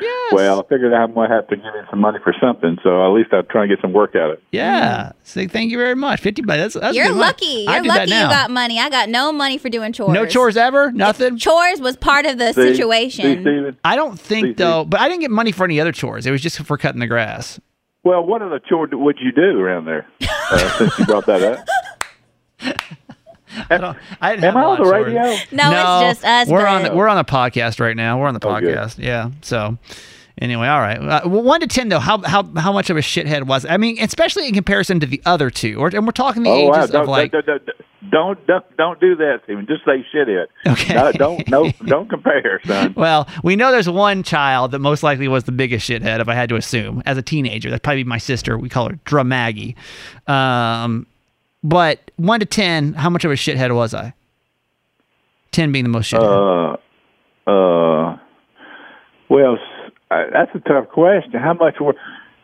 S2: Yes.
S6: Well, I figured I'm going to have to give you some money for something, so at least I'm trying to get some work out of it.
S2: yeah. Say thank you very much. Fifty bucks. That's, that's
S3: Hmm. You're
S2: good money.
S3: lucky.
S2: I
S3: You're
S2: do that
S3: lucky you
S2: now.
S3: got money. I got no money for doing chores.
S2: no chores ever. Nothing.
S3: Chores was part of the
S6: See? See,
S3: situation.
S6: Steven?
S2: I don't
S6: See, see.
S2: think though, but I didn't get money for any other chores. It was just for cutting the grass.
S6: Well, what other chore d- would you do around there? Uh, since you brought that up.
S2: I don't. I didn't have
S6: Am
S2: a
S6: I on
S2: lot of
S6: the
S2: chores.
S6: radio?
S3: No, it's just us.
S2: We're
S3: but
S2: on the, we're on the podcast right now. We're on the
S6: Oh, good.
S2: podcast. Yeah. So anyway, all right. Uh, well, one to ten though. How how how much of a shithead was? I mean, especially in comparison to the other two. Or, and we're talking the
S6: Oh, wow.
S2: ages
S6: Don't,
S2: of like.
S6: don't, don't, don't, don't, don't do that, Steven. Just say shit it.
S2: Okay.
S6: No, don't, no, don't compare, son.
S2: Well, we know there's one child that most likely was the biggest shithead, if I had to assume, as a teenager. That'd probably be my sister. We call her Dramaggie. Um, but one to ten, how much of a shithead was I? Ten being the most shithead.
S6: Uh, uh, well, s- uh, that's a tough question. How much were,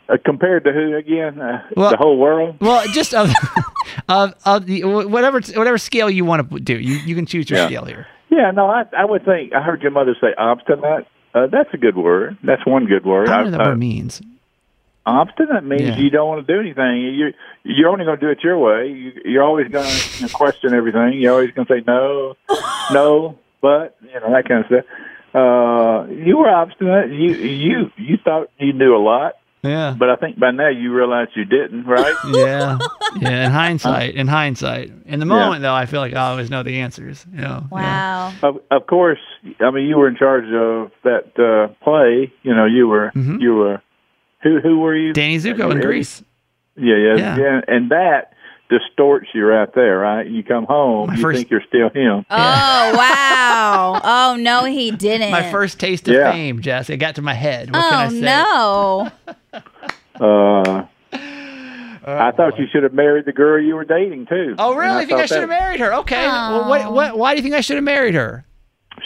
S6: uh, compared to who again? Uh,
S2: Well-
S6: the whole world?
S2: Well, just of, of, of the, whatever whatever scale you want to do, you, you can choose your
S6: Yeah.
S2: scale here.
S6: Yeah, no, I, I would think. I heard your mother say obstinate. Uh, that's a good word. That's one good word.
S2: I don't know what that
S6: I- uh,
S2: word means.
S6: obstinate means
S2: Yeah.
S6: you don't want to do anything. You you're only going to do it your way. You, you're always going to question everything. You're always going to say no, no, but you know that kind of stuff. Uh, you were obstinate. You you you thought you knew a lot,
S2: Yeah.
S6: but I think by now you realize you didn't, right?
S2: Yeah. Yeah. In hindsight, in hindsight. In the moment, though, I feel like I always know the answers. You know? Yeah.
S3: Wow.
S6: of, of course, I mean you were in charge of that uh, play. You know you were you were who who were you?
S2: Mm-hmm. Danny Zuko in Greece.
S6: Yeah, yeah,
S2: Yeah.
S6: yeah, And that distorts you right there, right? You come home,
S2: My
S6: you
S2: first-
S6: think you're still him.
S3: Oh, wow. Oh, no, he didn't.
S2: My first taste of
S6: Yeah.
S2: fame, Jess. It got to my head. What can I
S3: Oh,
S2: say?
S3: no.
S6: Uh, I thought you should have married the girl you were dating too.
S2: Oh, really?
S6: And
S2: You think I
S6: thought
S2: should have
S6: that-
S2: married her? Okay. Well, what, what, why do you think I should have married her?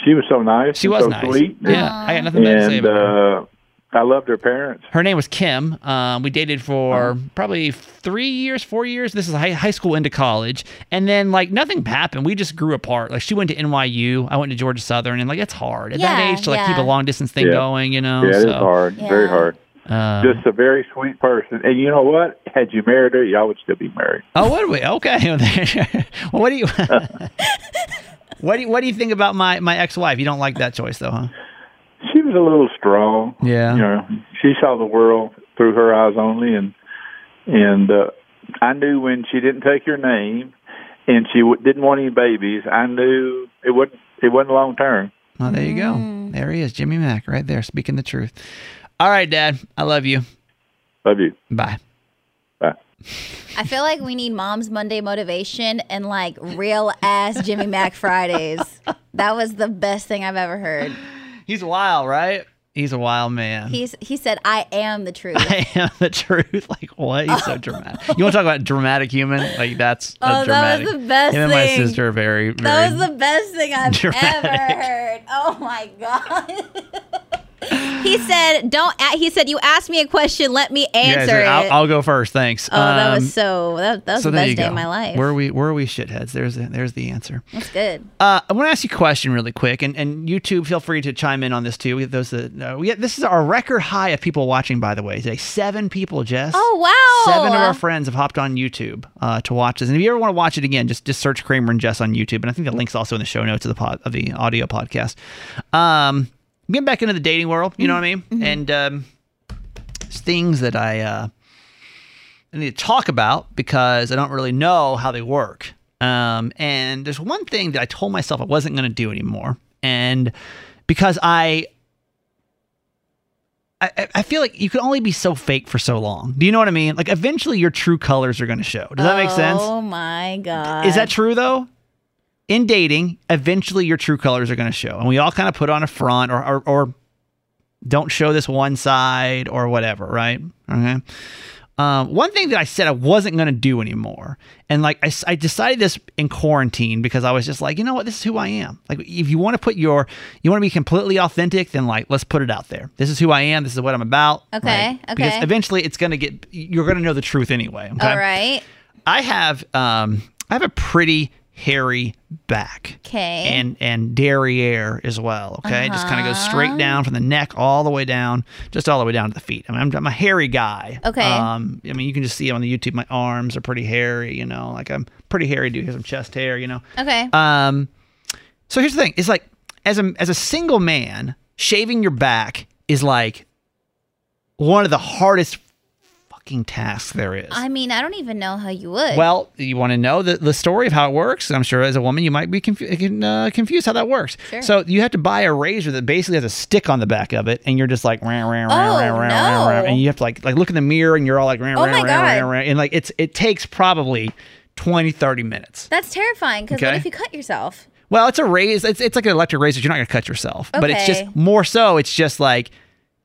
S6: She was so nice.
S2: She
S6: and
S2: was
S6: so
S2: nice.
S6: sweet.
S2: Yeah. I got nothing bad to say
S6: And
S2: about her.
S6: uh, I loved her parents.
S2: Her name was Kim. Um, we dated for
S3: Oh.
S2: probably three years, four years. This is high, high school into college, and then like nothing happened. We just grew apart. Like she went to NYU, I went to Georgia Southern, and like it's hard at
S3: Yeah,
S2: that age to like keep a
S3: yeah.
S2: long distance thing
S6: Yeah.
S2: going. You know,
S6: yeah, it is
S2: so,
S6: hard. Very
S3: Yeah.
S6: hard.
S2: um,
S6: Just a very sweet person. And you know what? Had you married her, y'all would still be married.
S2: oh, what do we? Okay, well, what do you? what do you, What do you think about my my ex wife? You don't like that choice though, huh?
S6: She was a little strong.
S2: Yeah.
S6: You know, she saw the world
S7: through her eyes only, and and uh, I knew when she didn't take your name, and she w- didn't want any babies. I knew it wasn't it wasn't long term.
S2: Well, there you
S3: Mm.
S2: go. There he is, Jimmy Mack, right there, speaking the truth. All right, Dad. I love you.
S7: Love you.
S2: Bye.
S7: Bye.
S3: I feel like we need Mom's Monday motivation and like real ass Jimmy Mac Fridays. That was the best thing I've ever heard.
S2: He's wild, right? He's a wild man.
S3: He's he said, "I am the truth."
S2: I am the truth. Like what? He's so dramatic. You want to talk about dramatic human? Like that's a
S3: Oh, that
S2: dramatic.
S3: was the best
S2: Him and my
S3: thing.
S2: sister are very, very.
S3: That was the best thing I've
S2: Dramatic.
S3: ever heard. Oh my god. he said, "Don't." a- He said, "You asked me a question. Let me
S2: Yeah,
S3: answer
S2: so
S3: it."
S2: I'll, I'll go first. Thanks.
S3: oh, that
S2: Um,
S3: was so. That, that was
S2: so
S3: the
S2: there you
S3: best day
S2: go.
S3: of my life.
S2: Where are we? Where are we shitheads? There's the, there's the answer.
S3: That's good.
S2: Uh, I want to ask you a question really quick, and, and YouTube, feel free to chime in on this too. We get those that uh, we get, this is our record high of people watching, by the way, today. Seven people, Jess.
S3: Oh wow.
S2: Seven of our friends have hopped on YouTube uh, to watch this. And if you ever want to watch it again, just just search Kramer and Jess on YouTube. And I think the link's also in the show notes of the pod, of the audio podcast. Um, getting back into the dating world, you know what I mean? And um, there's things that I uh, I need to talk about because I don't really know how they work. Um, and there's one thing that I told myself I wasn't going to do anymore, and because I I- I, I feel like you can only be so fake for so long. Do you know what I mean? Like eventually your true colors are going to show. Does that make sense?
S3: Oh my god.
S2: Is that true though? In dating, eventually your true colors are going to show, and we all kind of put on a front or, or or don't show this one side or whatever, right? Okay. Um, one thing that I said I wasn't going to do anymore, and like I, s- I decided this in quarantine because I was just like, you know what, this is who I am. Like, if you want to put your, you want to be completely authentic, then like, let's put it out there. This is who I am. This is what I'm about.
S3: Okay,
S2: Because
S3: okay.
S2: eventually it's going to get, you're going to know the truth anyway. Okay.
S3: All right.
S2: I have um I have a pretty hairy back.
S3: 'Kay.
S2: And and derriere as well. Okay. It Just kind of goes straight down from the neck all the way down, just all the way down to the feet. I mean, I'm, I'm a hairy guy.
S3: Okay.
S2: Um, I mean, you can just see on the YouTube, my arms are pretty hairy. You know, like I'm pretty hairy dude. Here's some chest hair. You know.
S3: Okay.
S2: Um, so here's the thing: it's like as a as a single man, shaving your back is like one of the hardest fucking tasks there is.
S3: I mean, I don't even know how you would.
S2: Well, you want to know the, the story of how it works. I'm sure as a woman, you might be confu- can, uh, confused how that works. So you have to buy a razor that basically has a stick on the back of it, and you're just like, rah, rah, rah,
S3: Oh,
S2: rah, rah,
S3: no.
S2: rah, rah, and you have to like like look in the mirror, and you're all like, rah,
S3: Oh
S2: rah,
S3: my
S2: rah,
S3: God.
S2: rah, rah, and like it's it takes probably 20, 30 minutes.
S3: that's terrifying. Because
S2: Okay.
S3: what if you cut yourself?
S2: Well, it's a razor. It's, it's like an electric razor. You're not gonna cut yourself, but it's
S3: Okay.
S2: just more so. It's just like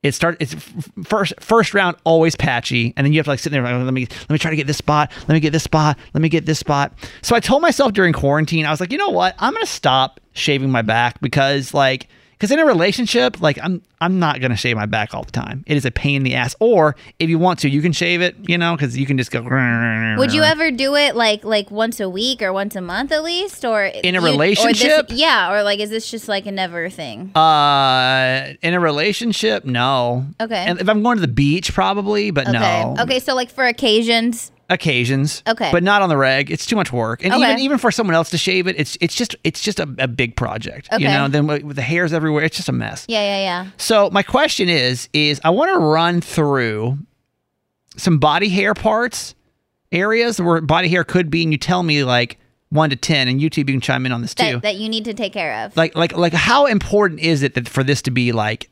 S2: it start. It's f- f- first first round always patchy, and then you have to like sit there. Like, let me let me try to get this spot. Let me get this spot. Let me get this spot. So I told myself during quarantine, I was like, you know what? I'm gonna stop shaving my back because like. Because in a relationship, like I'm, I'm not gonna shave my back all the time. It is a pain in the ass. Or if you want to, you can shave it, you know, because you can just go.
S3: Would you ever do it like like once a week or once a month at least, or
S2: In a
S3: you- or this-
S2: relationship?
S3: yeah, or like is this just like a never thing?
S2: Uh, in a relationship, no.
S3: Okay.
S2: And if I'm going to the beach, probably, but no.
S3: Okay. Okay. So like for occasions.
S2: Occasions.
S3: Okay.
S2: But not on the reg. It's too much work, and
S3: Okay.
S2: even even for someone else to shave it, it's it's just it's just a, a big project. You
S3: Okay.
S2: know, then with with the hairs everywhere, it's just a mess.
S3: Yeah. Yeah. Yeah.
S2: So my question is, is I want to run through some body hair parts, areas where body hair could be, and you tell me like one to ten, and YouTube you can chime in on this too.
S3: That, that you need to take care of.
S2: like like like how important is it that for this to be like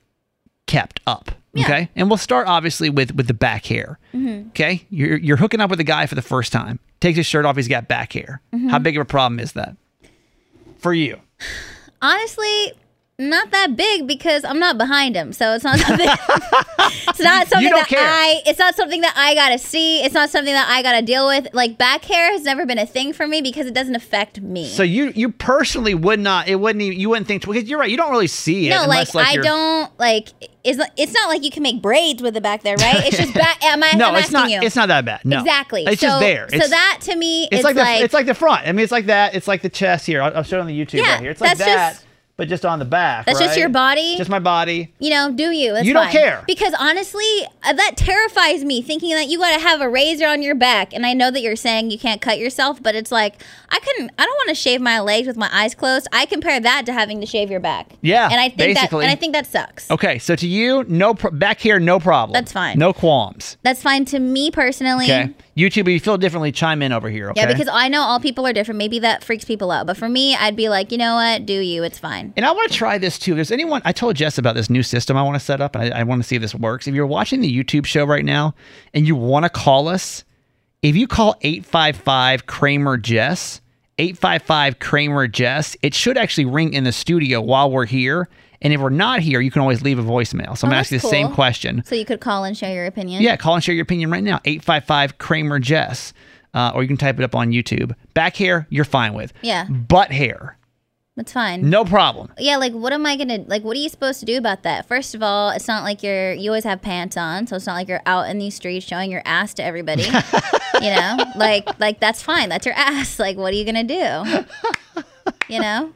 S2: kept up okay and we'll start obviously with with the back hair
S3: Mm-hmm.
S2: okay you're you're hooking up with a guy for the first time takes his shirt off he's got back hair
S3: Mm-hmm.
S2: how big of a problem is that for you
S3: Honestly, not that big because I'm not behind him, so it's not something. it's not something
S2: don't
S3: that
S2: care.
S3: I. It's not something that I gotta see. It's not something that I gotta deal with. Like back hair has never been a thing for me because it doesn't affect me.
S2: so you you personally would not it wouldn't even you wouldn't think because you're right you don't really see it
S3: No,
S2: unless,
S3: like, I
S2: you're-
S3: don't like. It's not, it's not like you can make braids with the back there, right? It's just back. Am I?
S2: no
S3: I'm
S2: it's
S3: asking
S2: not
S3: You.
S2: it's not that bad no
S3: exactly.
S2: it's
S3: so,
S2: just there
S3: So
S2: It's-
S3: that to me,
S2: it's
S3: is
S2: like,
S3: like,
S2: the, it's like the front. I mean, it's like that. It's like the chest here. I'll, I'll show it on the YouTube
S3: Yeah,
S2: right here. It's like
S3: that's
S2: that,
S3: just-
S2: but but just on the back.
S3: That's just
S2: right?
S3: your body?
S2: Just my body.
S3: You know, do you? That's
S2: You don't
S3: fine.
S2: care.
S3: because honestly, uh, that terrifies me. Thinking that you got to have a razor on your back, and I know that you're saying you can't cut yourself, but it's like I couldn't. I don't want to shave my legs with my eyes closed. I compare that to having to shave your back.
S2: Yeah,
S3: and I think
S2: basically. Oh.
S3: that and I think that sucks.
S2: Okay, so to you, no pro- back here, no problem.
S3: That's fine.
S2: No qualms.
S3: That's fine to me personally.
S2: Okay, YouTube, if you feel differently, chime in over here. Okay.
S3: Yeah, because I know all people are different. Maybe that freaks people out, but for me, I'd be like, you know what? Do you? It's fine.
S2: And I want to try this too. There's anyone I told Jess about this new system I want to set up, and I, I want to see if this works. If you're watching the YouTube show right now and you want to call us, if you call 855 Kramer Jess, 855 Kramer Jess, it should actually ring in the studio while we're here. And if we're not here, you can always leave a voicemail. So I'm
S3: Oh,
S2: gonna ask you the
S3: that's
S2: same
S3: cool.
S2: question.
S3: So you could call and share your opinion.
S2: Yeah, call and share your opinion right now. 855 Kramer Jess. Uh, or you can type it up on YouTube. Back hair, you're fine with.
S3: Yeah.
S2: Butt hair,
S3: that's fine.
S2: no problem.
S3: Yeah, like what am I gonna like? What are you supposed to do about that? First of all, it's not like you're you always have pants on, so it's not like you're out in these streets showing your ass to everybody. you know, like like that's fine. That's your ass. Like, what are you gonna do? You know.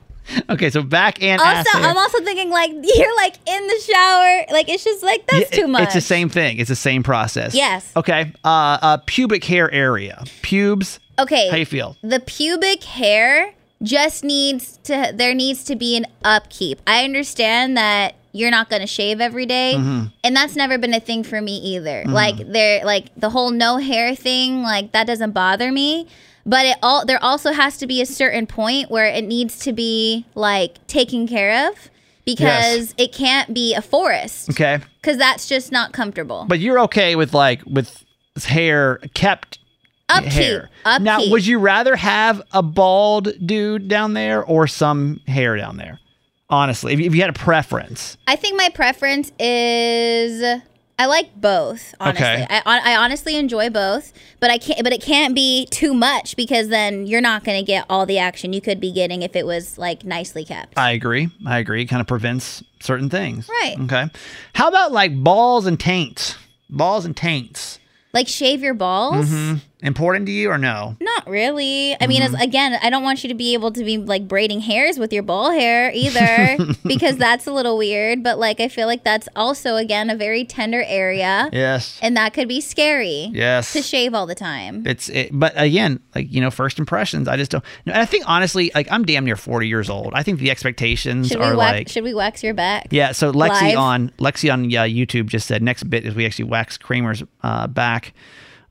S2: Okay, so back and ass
S3: Also,
S2: hair.
S3: I'm also thinking like you're like in the shower. Like it's just like that's
S2: Yeah,
S3: too
S2: it-
S3: much.
S2: It's the same thing. It's the same process.
S3: Yes.
S2: Okay. Uh, uh pubic hair area. Pubes.
S3: Okay.
S2: How you feel?
S3: the pubic hair just needs to there needs to be an upkeep i understand that you're not going to shave every day, and that's never been a thing for me either like there like the whole no hair thing like that doesn't bother me but it all there also has to be a certain point where it needs to be like taken care of because it can't be a forest
S2: Okay.
S3: because that's just not comfortable
S2: But you're okay with like with hair kept
S3: upkeep
S2: hair.
S3: upkeep
S2: Now, would you rather have a bald dude down there or some hair down there? Honestly, if you, if you had a preference.
S3: I think my preference is I like both. Honestly,
S2: Okay.
S3: I, I I honestly enjoy both, but I can't. But it can't be too much because then you're not going to get all the action you could be getting if it was like nicely kept.
S2: I agree. I agree. It kind of prevents certain things.
S3: Right.
S2: Okay. How about like balls and taints? Balls and taints. Hmm?
S3: like shave your balls.
S2: Mm-hmm. Important to you or no?
S3: Not really. I mean,
S2: Mm-hmm.
S3: as, again, I don't want you to be able to be like braiding hairs with your ball hair either, because that's a little weird. But like, I feel like that's also again a very tender area,
S2: Yes.
S3: and that could be scary.
S2: Yes.
S3: to shave all the time.
S2: It's it, but again, like you know, first impressions. I just don't. And I think honestly, like I'm damn near 40 years old. I think the expectations
S3: Should we
S2: are
S3: wax?
S2: like.
S3: should we wax your back?
S2: yeah, so Lexi
S3: Live?
S2: on Lexi on uh, YouTube just said next bit is we actually wax Kramer's uh, back.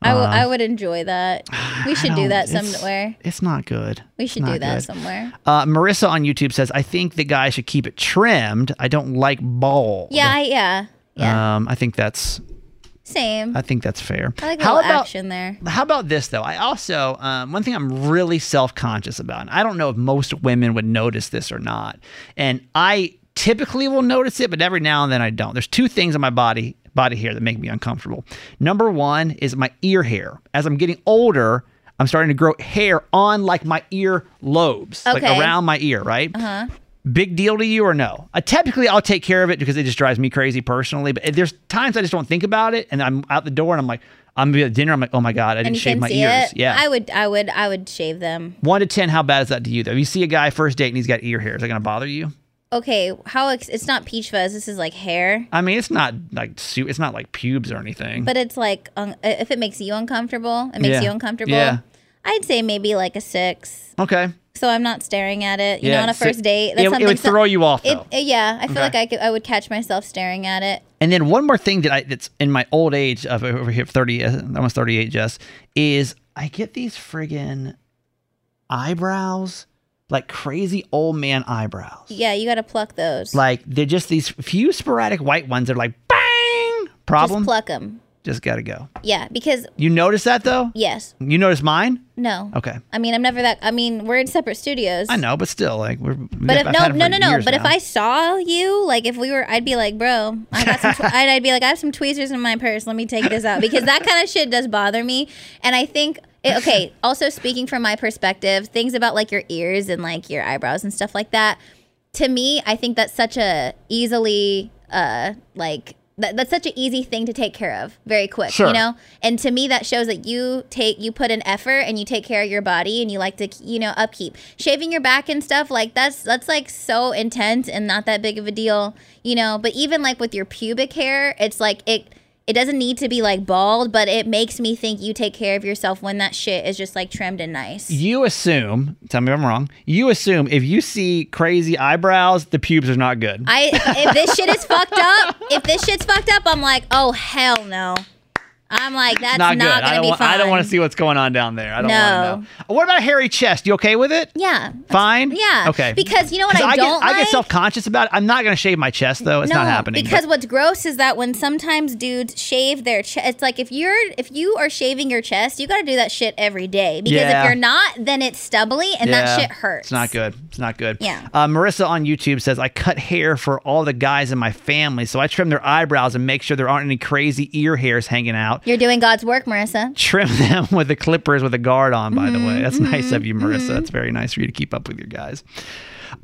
S3: I, w- I would enjoy that. We should
S2: uh, I
S3: do
S2: don't-
S3: that
S2: it's-
S3: somewhere.
S2: It's not good.
S3: We
S2: It's
S3: should do
S2: not
S3: that
S2: good.
S3: somewhere.
S2: Uh, Marissa on YouTube says I think the guy should keep it trimmed. I don't like bald.
S3: Yeah, I, yeah, yeah.
S2: Um, I think that's
S3: Same.
S2: I
S3: I,
S2: think that's fair.
S3: like a
S2: How
S3: little
S2: about
S3: action there.
S2: How about this though? I also um, one thing I'm really self conscious about. And I don't know if most women would notice this or not, and I typically will notice it, but every now and then I don't. There's two things on my body body hair that make me uncomfortable. Number one is my ear hair. As I'm getting older, I'm starting to grow hair on like my ear lobes, like
S3: Okay.
S2: around my ear, right? Uh-huh. Big deal to you or no? I typically I'll take care of it because it just drives me crazy personally. But there's times I just don't think about it, and I'm out the door and I'm like, I'm gonna be at dinner. I'm like, oh my god, I didn't
S3: And you
S2: shave
S3: can
S2: my
S3: see
S2: ears.
S3: it.
S2: Yeah,
S3: I would, I would, I would shave them.
S2: one to ten. How bad is that to you though? If you see a guy first date and he's got ear hair, is that gonna bother you?
S3: Okay, how ex- it's not peach fuzz. This is like hair,
S2: I mean, it's not like su- it's not like pubes or anything.
S3: but it's like un- if it makes you uncomfortable, it makes
S2: Yeah.
S3: you uncomfortable.
S2: Yeah.
S3: I'd say maybe like a six.
S2: okay,
S3: So I'm not staring at it. You
S2: Yeah,
S3: know, on a
S2: so-
S3: first date,
S2: it, it would
S3: so-
S2: throw you off
S3: It,
S2: though.
S3: it- yeah, I feel
S2: Okay.
S3: like I could, I would catch myself staring at it.
S2: And then one more thing that I that's in my old age of over here, thirty, uh, almost thirty-eight, Jess, is I get these friggin' eyebrows, like crazy old man eyebrows.
S3: Yeah, you got to pluck those.
S2: Like they're just these few sporadic white ones. They're like bang problem.
S3: Just pluck them.
S2: just gotta go.
S3: Yeah, because
S2: You notice that though?
S3: yes,
S2: You notice mine?
S3: no.
S2: Okay.
S3: I mean, I'm never that. I mean, we're in separate studios.
S2: I know, but still, like we're.
S3: But if no, no, no, no. But if I saw you, like if we were, I'd be like, bro, I got some. tw- I'd, I'd be like, I have some tweezers in my purse. Let me take this out because that kind of shit does bother me. And I think, it, okay. Also, speaking from my perspective, things about like your ears and like your eyebrows and stuff like that. To me, I think that's such a easily uh like that, that's such an easy thing to take care of very quick
S2: Sure.
S3: you know and to me that shows that you take you put an effort and you take care of your body and you like to you know upkeep shaving your back and stuff like that's that's like so intense and not that big of a deal you know but even like with your pubic hair it's like it it doesn't need to be like bald but it makes me think you take care of yourself when that shit is just like trimmed and nice
S2: You assume, tell me if I'm wrong, you assume if you see crazy eyebrows, the pubes are not good.
S3: I if, if this shit is fucked up, if this shit's fucked up, I'm like, oh hell no. I'm like, that's not,
S2: good.
S3: gonna
S2: I don't,
S3: be
S2: want,
S3: fun.
S2: I don't want to see what's going on down there. I don't
S3: No.
S2: want to know. What about hairy chest? You okay with it?
S3: Yeah.
S2: Fine?
S3: Yeah.
S2: Okay.
S3: Because you know what
S2: 'Cause
S3: I,
S2: get,
S3: don't
S2: I
S3: like?
S2: get self conscious about it. I'm not going to shave my chest, though. It's not happening.
S3: Because
S2: but-
S3: what's gross is that when sometimes dudes shave their chest, it's like if you're if you are shaving your chest, you got to do that shit every day. Because
S2: Yeah.
S3: if you're not, then it's stubbly and
S2: Yeah.
S3: that shit hurts.
S2: It's not good. It's not good.
S3: Yeah.
S2: Uh, Marissa on YouTube says, I cut hair for all the guys in my family, so I trim their eyebrows and make sure there aren't any crazy ear hairs hanging out.
S3: You're doing God's work, Marissa.
S2: trim them with the clippers with a guard on, by the way. That's nice of you,
S3: Mm-hmm.
S2: Marissa. It's very nice for you to keep up with your guys.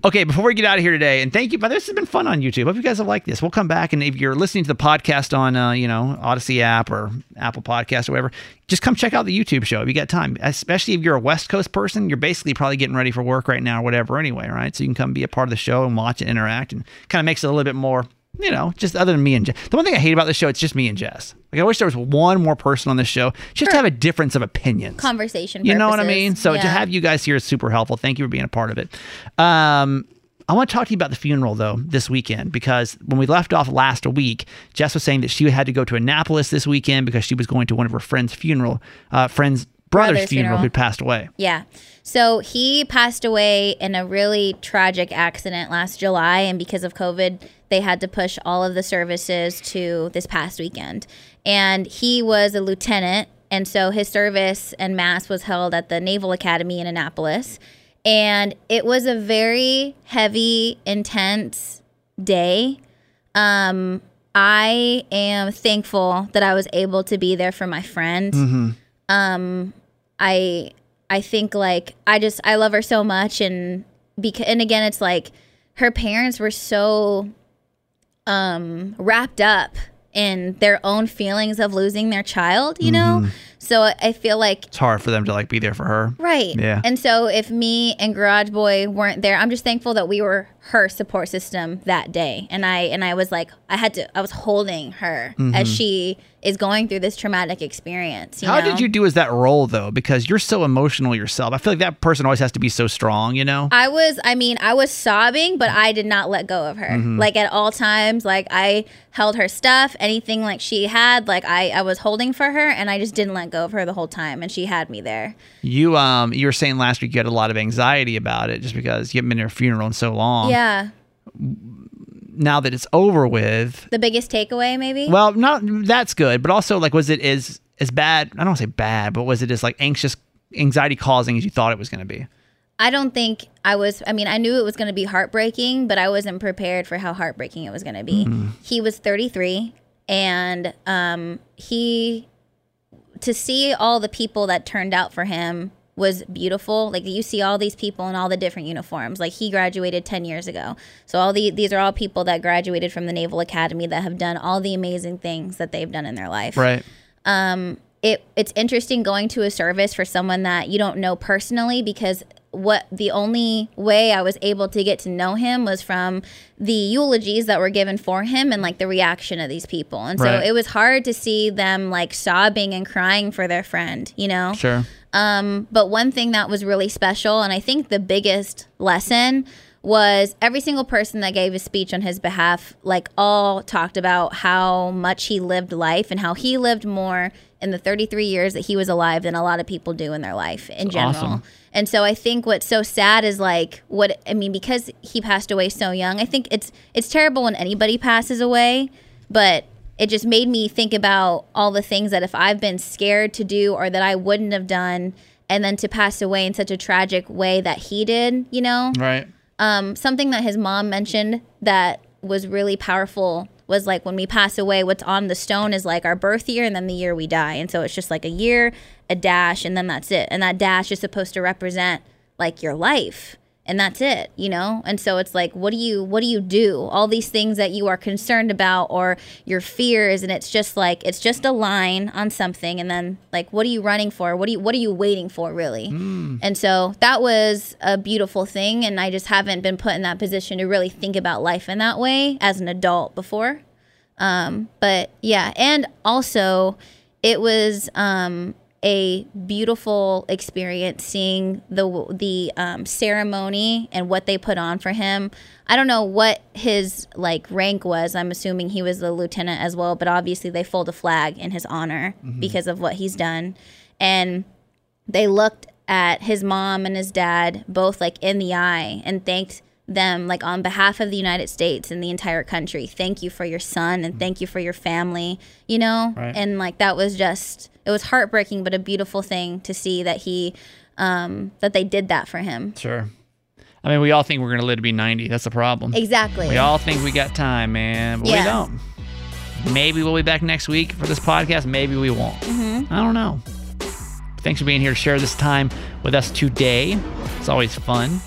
S2: Okay, before we get out of here today, and thank you, but this has been fun on YouTube. Hope you guys have liked this. We'll come back, and if you're listening to the podcast on, uh, you know, Odyssey app or Apple Podcast or whatever, just come check out the YouTube show if you got time. Especially if you're a West Coast person, you're basically probably getting ready for work right now or whatever, anyway, right? So you can come be a part of the show and watch and interact, and kind of makes it a little bit more you know, just other than me and Jess. The one thing I hate about this show, it's just me and Jess. Like I wish there was one more person on this show just to have a difference of opinions.
S3: Conversation.
S2: you know what I
S3: purposes.
S2: mean? So to
S3: Yeah.
S2: have you guys here is super helpful. Thank you for being a part of it. Um, I want to talk to you about the funeral though this weekend because when we left off last week, Jess was saying that she had to go to Annapolis this weekend because she was going to one of her friend's funeral, uh, friend's brother's,
S3: Brother's
S2: funeral,
S3: funeral.
S2: who passed away.
S3: Yeah. So he passed away in a really tragic accident last July. And because of COVID, they had to push all of the services to this past weekend. And he was a lieutenant. And so his service and mass was held at the Naval Academy in Annapolis. And it was a very heavy, intense day. Um, I am thankful that I was able to be there for my friend. Um, I I think like I just I love her so much and because and again it's like her parents were so um wrapped up in their own feelings of losing their child, you
S2: Mm-hmm.
S3: know? So I- I feel like
S2: It's hard for them to like be there for her.
S3: Right.
S2: Yeah.
S3: And so if me and Garage Boy weren't there, I'm just thankful that we were her support system that day. And I and I was like I had to I was holding her as she is going through this traumatic experience. You
S2: Mm-hmm. How
S3: know?
S2: did you do as that role though? Because you're so emotional yourself. I feel like that person always has to be so strong, you know?
S3: I was, I mean, I was sobbing, but I did not let go of her. Like at all times, like I held her stuff, anything like she had, like I, I was holding for her and I just didn't let go of her the whole time. And she had me there.
S2: You um you were saying last week you had a lot of anxiety about it just because you haven't been to a funeral in so long.
S3: yeah.
S2: Now that it's over with,
S3: The biggest takeaway, maybe?
S2: well, not that's good, but also like was it as as bad? I don't want to say bad, but was it as like anxious anxiety causing as you thought it was going to be?
S3: I don't think I was. I mean, I knew it was going to be heartbreaking, but I wasn't prepared for how heartbreaking it was going to be. He was 33, and um, he to see all the people that turned out for him was beautiful. Like you see all these people in all the different uniforms. Like he graduated 10 years ago. So all the these are all people that graduated from the Naval Academy that have done all the amazing things that they've done in their life
S2: Right.
S3: um, it it's interesting going to a service for someone that you don't know personally because what the only way I was able to get to know him was from the eulogies that were given for him and like the reaction of these people. And so
S2: Right.
S3: it was hard to see them like sobbing and crying for their friend, you know?
S2: Sure.
S3: Um, but one thing that was really special, and I think the biggest lesson was every single person that gave a speech on his behalf, like all talked about how much he lived life and how he lived more in the 33 years that he was alive than a lot of people do in their life in general.
S2: awesome.
S3: And so I think what's so sad is like what I mean because he passed away so young. I think it's it's terrible when anybody passes away, but it just made me think about all the things that if I've been scared to do or that I wouldn't have done and then to pass away in such a tragic way that he did, you know?
S2: Right.
S3: um, something that his mom mentioned that was really powerful was like when we pass away, what's on the stone is like our birth year and then the year we die. And so it's just like a year, a dash, and then that's it. And that dash is supposed to represent like your life. and that's it you know and so it's like what do you what do you do all these things that you are concerned about or your fears and it's just like it's just a line on something and then like what are you running for what do you what are you waiting for really and so that was a beautiful thing and i just haven't been put in that position to really think about life in that way as an adult before um, but yeah, and also it was um, a beautiful experience seeing the the um, ceremony and what they put on for him. I don't know what his like rank was. I'm assuming he was the lieutenant as well, but obviously they fold a flag in his honor because of what he's done. And they looked at his mom and his dad both like in the eye and thanked them like on behalf of the United States and the entire country. Thank you for your son
S8: Mm-hmm.
S3: and thank you for your family, you know? And like that was just it was heartbreaking but a beautiful thing to see that he um that they did that for him.
S8: Sure. I mean, we all think we're going to live to be 90. That's the problem.
S3: Exactly.
S8: We all think we got time, man, but
S3: Yeah.
S8: we don't. Maybe we'll be back next week for this podcast. Maybe we won't. I don't know. Thanks for being here to share this time with us today. It's always fun.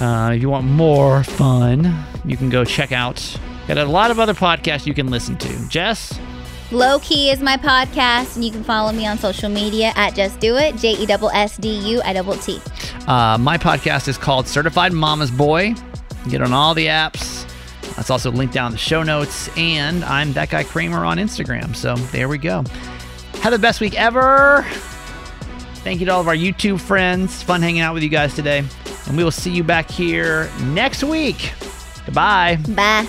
S8: Uh, if you want more fun, you can go check out. Got a lot of other podcasts you can listen to. Jess,
S3: Low Key is my podcast and you can follow me on social media at Just Do It, J E double S D U I double T.
S2: Uh, my podcast is called Certified Mama's Boy. You get on all the apps. That's also linked down in the show notes. And I'm that guy Kramer on Instagram. So there we go. Have the best week ever. Thank you to all of our YouTube friends. Fun hanging out with you guys today. And we will see you back here next week. Goodbye.
S3: Bye.